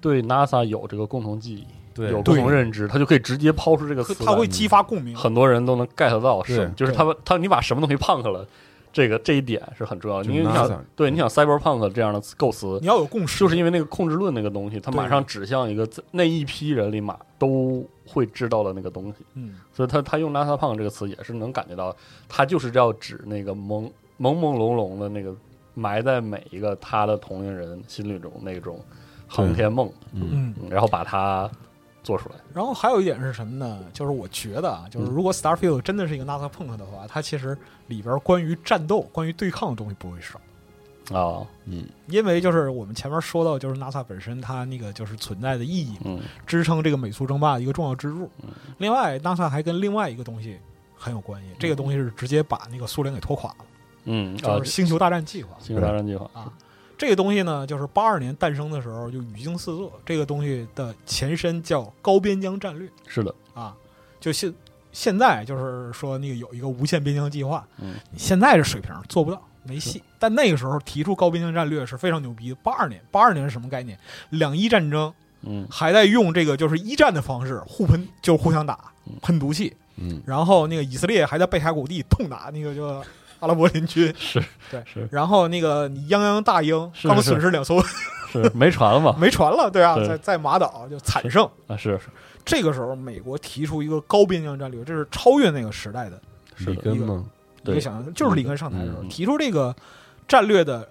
对 NASA 有这个共同记忆，
对
有共同认知，他就可以直接抛出这个词来，
它会激发共鸣，
很多人都能 get 到，是
对
就是他他你把什么东西 Punk 了，这个这一点是很重要的，
就
因为你
NASA
想对你想 Cyberpunk 这样的构思
你。要有共识，
就是因为那个控制论那个东西，它马
对
上指向一个自那一批人里马都会知道的那个东西。
嗯，
所以他他用 NASA 胖这个词也是能感觉到，他就是要指那个朦朦朦胧胧的那个埋在每一个他的同龄人心里中那种航天梦，
嗯
嗯。
嗯然后把它做出来。
然后还有一点是什么呢？就是我觉得啊，
嗯
就是如果 Starfield 真的是一个 NASA Punk 的话，它其实里边关于战斗、关于对抗的东西不会少。
啊，
嗯
因为就是我们前面说到，就是 NASA 本身它那个就是存在的意义嘛，
嗯，
支撑这个美苏争霸的一个重要支柱。另外，NASA 还跟另外一个东西很有关系，这个东西是直接把那个苏联给拖垮了，
嗯啊
就，是星球大战计划。
星球大战计划
啊，这个东西呢，就是八二年诞生的时候就语惊四座。这个东西的前身叫高边疆战略
是的，
啊，就现现在就是说那个有一个无限边疆计划，
嗯
你现在这水平做不到，没戏。但那个时候提出高边疆战略是非常牛逼的。八二年，八二年是什么概念？两伊战争
嗯
还在用这个就是一战的方式互喷，就是互相打
嗯，
喷毒气。
嗯
然后那个以色列还在贝海谷地痛打那个就阿拉伯 联军，
是
对
是
然后那个泱泱大鹰
是
刚
是
损失两艘
是没船了嘛？
没船了，对啊，
对
在在马岛就惨胜。
啊，是是
这个时候，美国提出一个高边疆战略，这是超越那个时代的
是
里
的，
根吗？
一
对
个想象，就是里根上台的时候
嗯嗯
提出这个战略的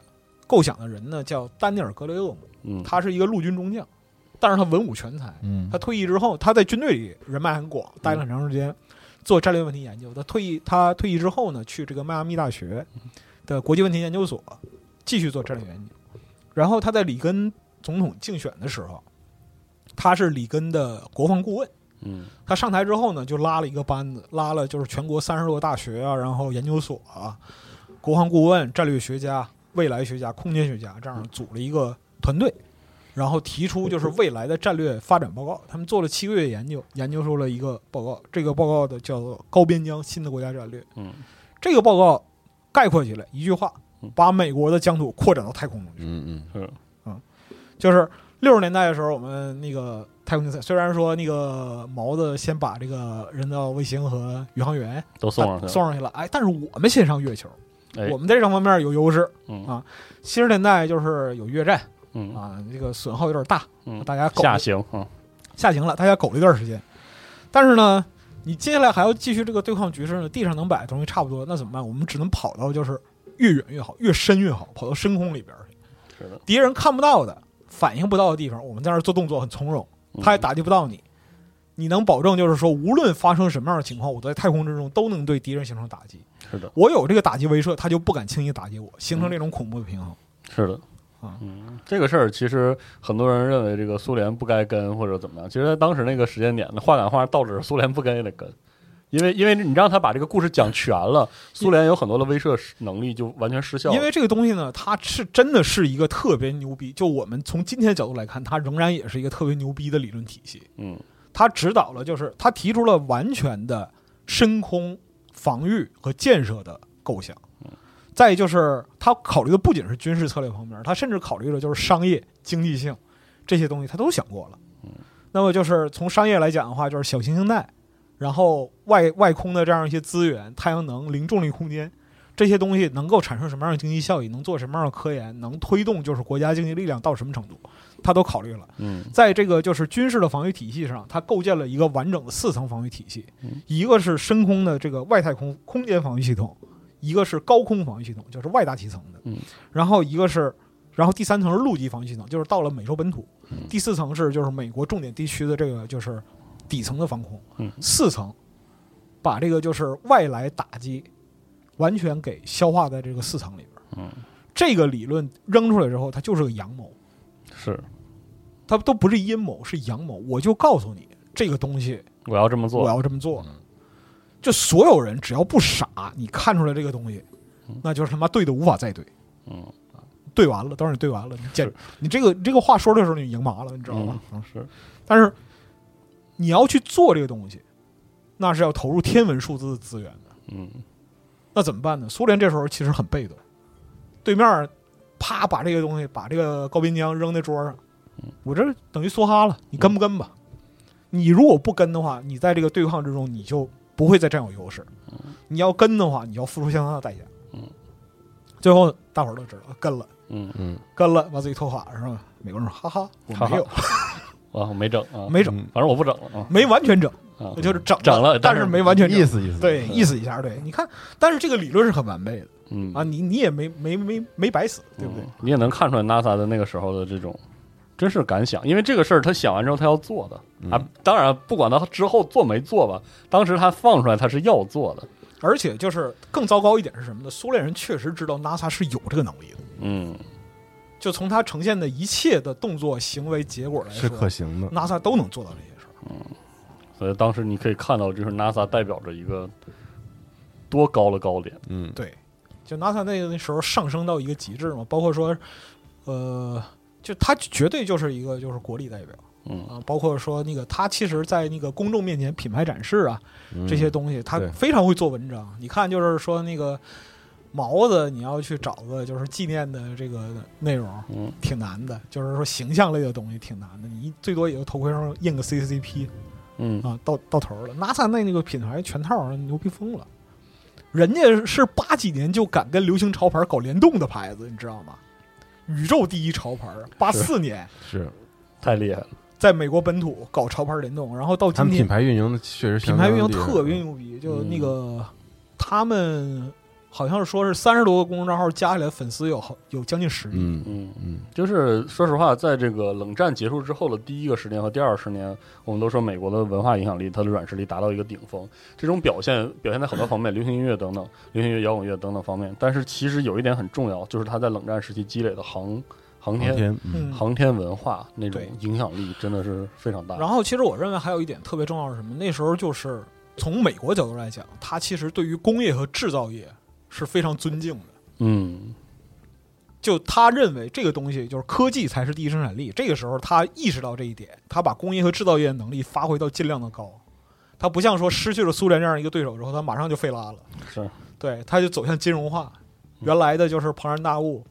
构想的人呢，叫丹尼尔·格雷厄姆，
嗯，
他是一个陆军中将，但是他文武全才。
嗯
他退役之后，他在军队里人脉很广，待了很长时间，做战略问题研究。他退役，他退役之后呢，去这个迈阿密大学的国际问题研究所继续做战略研究。然后他在里根总统竞选的时候，他是里根的国防顾问。
嗯
他上台之后呢，就拉了一个班子，拉了就是全国三十多个大学啊，然后研究所啊，国防顾问、战略学家、未来学家、空间学家这样组了一个团队，然后提出就是未来的战略发展报告。他们做了七个月研究，研究出了一个报告，这个报告的叫做《高边疆新的国家战略》。
嗯
这个报告概括起来一句话
嗯，
把美国的疆土扩展到太空中去。
嗯嗯
是
就是六十年代的时候，我们那个太空竞赛，虽然说那个毛子先把这个人造卫星和宇航员
都送上去了，
送上去了，哎，但是我们先上月球，
哎
我们在这方面有优势。
嗯
啊七十年代就是有越战
嗯
啊，这个损耗有点大，
嗯，
大家苟
下行嗯
下行了，大家苟了一段时间。但是呢，你接下来还要继续这个对抗局势呢，地上能摆的东西差不多，那怎么办？我们只能跑到就是越远越好，越深越好，跑到深空里边去，
是的，
敌人看不到的、反应不到的地方，我们在那儿做动作很从容。
嗯
他也打击不到你。你能保证就是说，无论发生什么样的情况，我在太空之中都能对敌人形成打击。
嗯是的，
我有这个打击威慑，他就不敢轻易打击我，形成这种恐怖的平衡。
是的，
啊
嗯，这个事儿其实很多人认为这个苏联不该跟或者怎么样，其实在当时那个时间点，那话赶话，到底是苏联不跟也得跟，因为因为你让他把这个故事讲全了，苏联有很多的威慑能力就完全失效了。
因为这个东西呢，它是真的是一个特别牛逼，就我们从今天的角度来看，它仍然也是一个特别牛逼的理论体系。
嗯
它指导了，就是它提出了完全的深空防御和建设的构想。再就是，它考虑的不仅是军事策略方面，它甚至考虑了就是商业、经济性这些东西，它都想过了。那么就是从商业来讲的话，就是小行星带，然后外外空的这样一些资源，太阳能、零重力空间这些东西能够产生什么样的经济效益，能做什么样的科研，能推动就是国家经济力量到什么程度，它都考虑了。
嗯
在这个就是军事的防御体系上，它构建了一个完整的四层防御体系
嗯，
一个是深空的这个外太空空间防御系统，一个是高空防御系统，就是外大气层的
嗯，
然后一个是，然后第三层是陆基防御系统，就是到了美洲本土
嗯，
第四层是就是美国重点地区的这个就是底层的防空
嗯，
四层把这个就是外来打击完全给消化在这个四层里边儿，
嗯，
这个理论扔出来之后，它就是个阳谋。
是
它都不是阴谋，是阳谋。我就告诉你，这个东西
我要这么
我
做，
要这么做
嗯。
就所有人只要不傻，你看出来这个东西
嗯，
那就是他妈对的无法再对。啊
嗯
对完了，当然你对完了，你简
是
你这个你这个话说的时候你赢麻了，你知道吧？嗯
是
但是你要去做这个东西，那是要投入天文数字的资源的。
嗯
那怎么办呢？苏联这时候其实很被动，对面儿啪把这个东西，把这个高滨姜扔在桌上
嗯，
我这等于梭哈了，你跟不跟吧？你如果不跟的话，你在这个对抗之中你就不会再占有优势。你要跟的话，你要付出相当的代价
嗯。
最后大伙儿都知道跟了，
嗯，
嗯，
跟了，把自己拖垮是吧？美国人说：“哈哈，我没有，
啊，我没整啊，
没整，
嗯
反正我不整了啊
没完全整，
啊，
就是整
整了但
但
是
是没完全整
意。思意思，
对，意思一下，对，你看，但是这个理论是很完备的
嗯
啊，你你也没没没没白死，对不对？
嗯你也能看出来 NASA 的那个时候的这种真是敢想，因为这个事儿他想完之后他要做的、
嗯
啊。当然，不管他之后做没做吧，当时他放出来他是要做的。
而且就是更糟糕一点是什么呢？苏联人确实知道 NASA 是有这个能力的，
嗯，
就从他呈现的一切的动作、行为、结果来
是
说
可行的。
，NASA 都能做到这些事儿。
所以当时你可以看到，就是 NASA 代表着一个多高的高点。
嗯，
对，就 NASA 那个那时候上升到一个极致嘛，包括说，呃，就他绝对就是一个就是国力代表
嗯
啊，包括说那个他其实，在那个公众面前品牌展示啊
嗯
这些东西，他
对
非常会做文章。你看，就是说那个。毛子，你要去找个就是纪念的这个内容，
嗯
挺难的，就是说形象类的东西挺难的，你最多也就头盔上印个 CCP
嗯
啊，到到头了。NASA 那那个品牌全套牛逼疯了，人家是八几年就敢跟流行潮牌搞联动的牌子，你知道吗？宇宙第一潮牌，八四年
是
太厉害了。
在美国本土搞潮牌联动，然后到今
他们品
天
牌运营的确实
品
相
牌
当
运营
厉害嗯
特别牛逼，就那个、他们好像是说是三十多个公众账号加起来粉丝有好有将近十亿，
嗯
嗯，
嗯
就是说实话，在这个冷战结束之后的第一个十年和第二十年，我们都说美国的文化影响力，它的软实力达到一个顶峰。这种表现表现在很多方面，流行音乐等等，流行音乐、摇滚乐等等方面。但是其实有一点很重要，就是它在冷战时期积累的航航
航
天
天嗯
嗯
航天文化那种
对
影响力真的是非常大。
然后，其实我认为还有一点特别重要是什么？那时候就是从美国角度来讲，它其实对于工业和制造业是非常尊敬的。
嗯
就他认为这个东西就是科技才是第一生产力。这个时候，他意识到这一点，他把工业和制造业能力发挥到尽量的高。他不像说失去了苏联这样一个对手之后，他马上就废拉了。
是，
对，他就走向金融化，原来的就是庞然大物，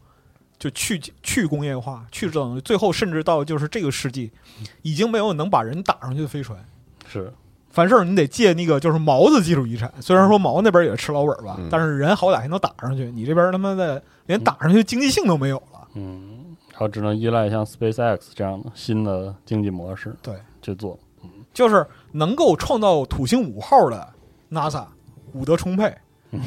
就去去工业化、去制造能力，最后甚至到就是这个世纪，已经没有能把人打上去的飞船。
是，
凡事儿你得借那个就是毛子技术遗产，虽然说毛那边也吃老本儿吧，
嗯
但是人好歹还能打上去，你这边他妈的连打上去的经济性都没有了。
嗯，还有只能依赖像 SpaceX 这样的新的经济模式
对，
去做。
就是能够创造土星五号的 NASA 伍德 充沛，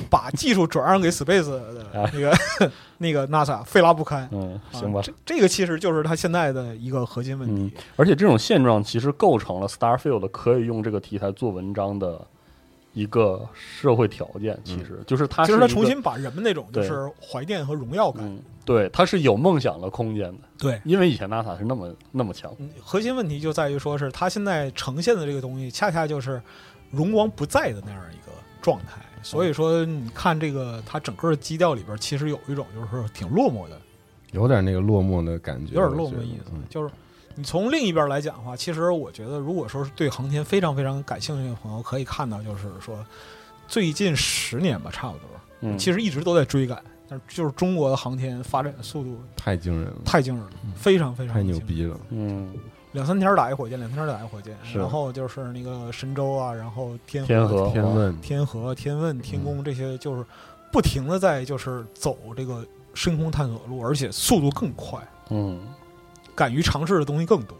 把技术转让给 Space 的那个、 那个 NASA 费拉不堪。
嗯，
啊
行吧。嗯
这这个其实就是他现在的一个核心问题。
而且这种现状其实构成了 Starfield 可以用这个题材做文章的一个社会条件。其实、就是它
嗯其
是
实
一
他
个
重新把人们那种就
对
是怀念和荣耀感，
嗯，对，它是有梦想的空间的，
对，
因为以前 NASA 是那么那么强。
嗯，核心问题就在于说是它现在呈现的这个东西，恰恰就是荣光不在的那样一个状态。所以说，你看这个它整个基调里边，其实有一种就是挺落寞的，
有点那个落寞的感觉，
有点落
我
寞
觉得
意思
嗯。
就是你从另一边来讲的话，其实我觉得，如果说是对航天非常非常感兴趣的朋友，可以看到，就是说最近十年吧，差不多，
嗯，
其实一直都在追赶，但是就是中国的航天发展的速度
太惊人了，
太惊人了，非常非常
太牛
惊人
逼了。
嗯，
两三天打一火箭，两三天打一火箭，
是
然后就是那个神舟啊，然后天
天
河、
河
天问，
天河、天问、天宫这些，就是不停的在就是走这个深空探索的路，而且速度更快，
嗯，
敢于尝试的东西更多。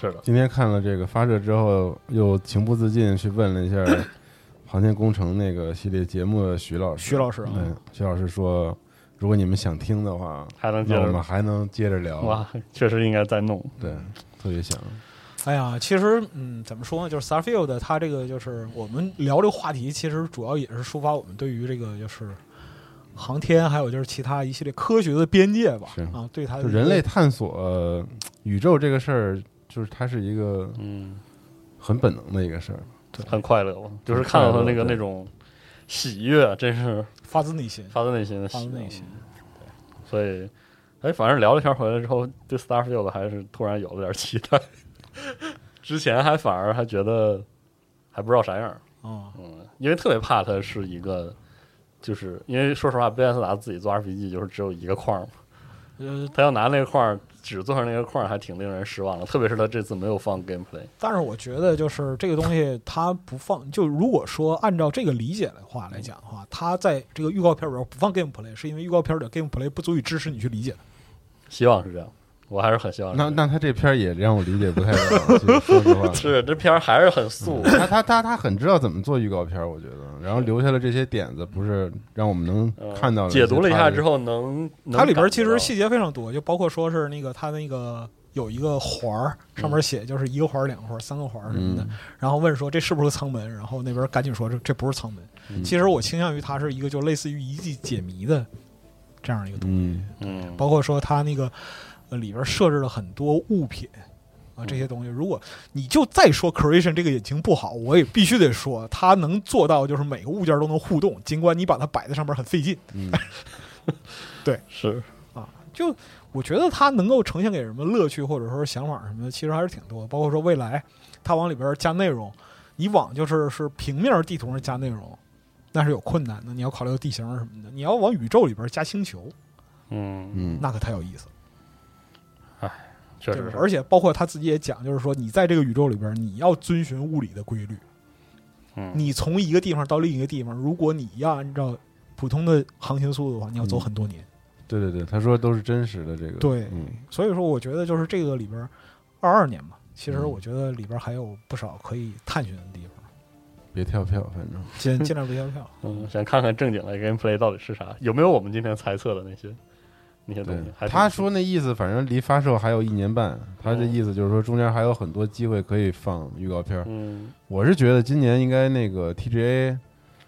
是的，
今天看了这个发射之后，又情不自禁去问了一下航天工程那个系列节目的徐老师。
徐老师啊，
嗯，徐老师说，如果你们想听的话，
还能接
那我
着
们
吗？
还能接着聊。
哇，确实应该再弄。
对，特别想。
哎呀，其实嗯，怎么说呢？就是 Starfield 它这个就是我们聊这个话题，其实主要也是抒发我们对于这个就是航天，还有就是其他一系列科学的边界吧
是。
啊，对它的
就
一
人
个
类探索、呃宇宙这个事儿，就是它是一个
嗯，
很本能的一个事儿。
很快乐吧，就是看到他那个
对
那种喜悦，真是
发自内心，
发自内心的喜
发
悦，
自内心。
所以，哎，反正聊了一圈回来之后，对 Starfield 还是突然有了点期待。 之前还反而还觉得还不知道啥样儿，
啊、
嗯，因为特别怕它是一个，就是因为说实话，贝塞斯达自己做 RPG 就是只有一个框儿嘛，
呃，
他要拿那个框儿只做上那个框儿，还挺令人失望的。特别是他这次没有放 gameplay，
但是我觉得就是这个东西它不放，就如果说按照这个理解的话来讲的话，它在这个预告片里边不放 gameplay，是因为预告片的 gameplay 不足以支持你去理解。
希望是这样，我还是很希望是这
那
样。
那他这片儿也让我理解不太到，其实说实 话。
是这片儿还是很素，
他他他他很知道怎么做预告片儿，我觉得，然后留下了这些点子，不是让我们能
嗯
看到、
解读了一下之
后，
后能，能
它里边
感
其
觉到
实细节非常多，就包括说是那个它那个有一个环儿，上
嗯
面写就是一个环儿、两个环儿、三个环儿什么的，
嗯
然后问说这是不是个舱门，然后那边赶紧说这这不是舱门。
嗯
其实我倾向于它是一个就类似于遗迹解谜的这样一个东西。
嗯，
嗯，
包括说它那个呃里边设置了很多物品啊这些
嗯
东西。如果你就再说 Creation 这个引擎不好，我也必须得说它能做到，就是每个物件都能互动，尽管你把它摆在上面很费劲
嗯
是
啊。就我觉得它能够呈现给人们乐趣或者说想法什么的，其实还是挺多的。包括说未来它往里边加内容，以往就是是平面地图上加内容。那是有困难的，你要考虑到地形什么的。你要往宇宙里边加星球，
嗯
嗯，
那可太有意思了。
确
对
实
吧
是，
而且包括他自己也讲，就是说你在这个宇宙里边，你要遵循物理的规律。
嗯
你从一个地方到另一个地方，如果你要按照普通的航行速度的话，你要走很多年。
对对对，他说都是真实的这个，
对
嗯，
所以说，我觉得就是这个里边，二二年嘛，其实
嗯
我觉得里边还有不少可以探寻的地方，
别跳票，反正
尽尽量别跳票。
嗯，想看看正经的 gameplay 到底是啥，有没有我们今天猜测的那些那些东西？还挺
对，
哦
他说那意思，反正离发售还有一年半，他的意思就是说中间还有很多机会可以放预告片儿。
嗯，
我是觉得今年应该那个 TGA，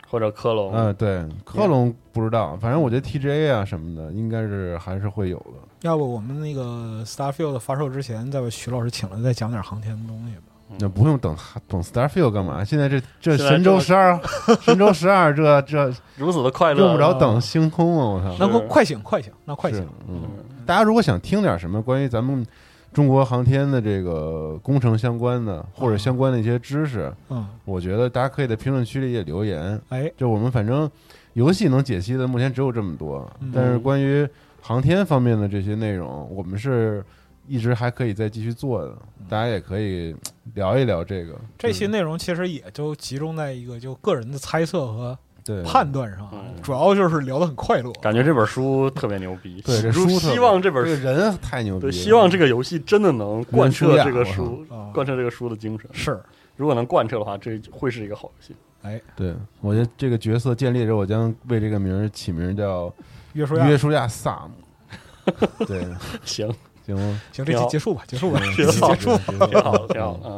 或者克隆，
嗯，对，科隆不知道，反正我觉得 TGA 啊什么的，应该是还是会有的。
要不我们那个 Starfield 发售之前，再把徐老师请来，再讲点航天的东西吧。
嗯
那不用等等 Starfield 干嘛？现在这这
现在
神舟
这
十二，神舟十二，这这
如此的快乐，
用不着等星空啊！我
是
那
操，
快快醒，快醒，那快
是
醒。
嗯，
嗯
大家如果想听点什么关于咱们中国航天的这个工程相关的或者相关的一些知识，
嗯，
我觉得大家可以在评论区里也留言。
哎，
就我们反正游戏能解析的目前只有这么多
嗯，
但是关于航天方面的这些内容，我们是一直还可以再继续做的。大家也可以聊一聊这个
这些内容其实也就集中在一个就个人的猜测和
对
判断上啊，
嗯
主要就是聊得很快乐。
感觉这本书特别牛逼，
对这
如
书特别
希望这
这
本
个
书，
人太牛逼
对，
了，
希望这个游戏真的能贯彻这个书，
嗯
啊，
贯彻这个书的精神。
是，
如果能贯彻的话，这会是一个好 游戏。
对，我觉得这个角色建立之后，我将为这个名儿起名叫
约书亚，
约书亚萨姆。对，
行，
行吗？
行，这
挺
期
好
结束吧，结束吧，
嗯
挺
这期
好
结束吧。
挺好的，挺好的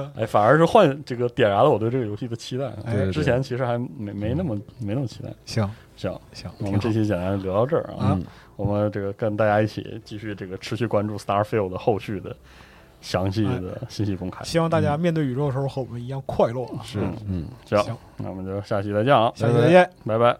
啊！哎，反而是换这个点燃了我对这个游戏的期待啊。
对对对
之前其实还没没那么没那么期待。
行
行，
行，
我
挺
们
好
这期简单聊到这儿啊。
啊
嗯，
我们这个跟大家一起继续这个持续关注 Starfield 的后续的详细的信息公开。
希望大家面对宇宙的时候和我们一样快乐啊！
是
嗯
嗯。
这样
行，
那我们就下期再见了，啊
下期再见。
拜拜。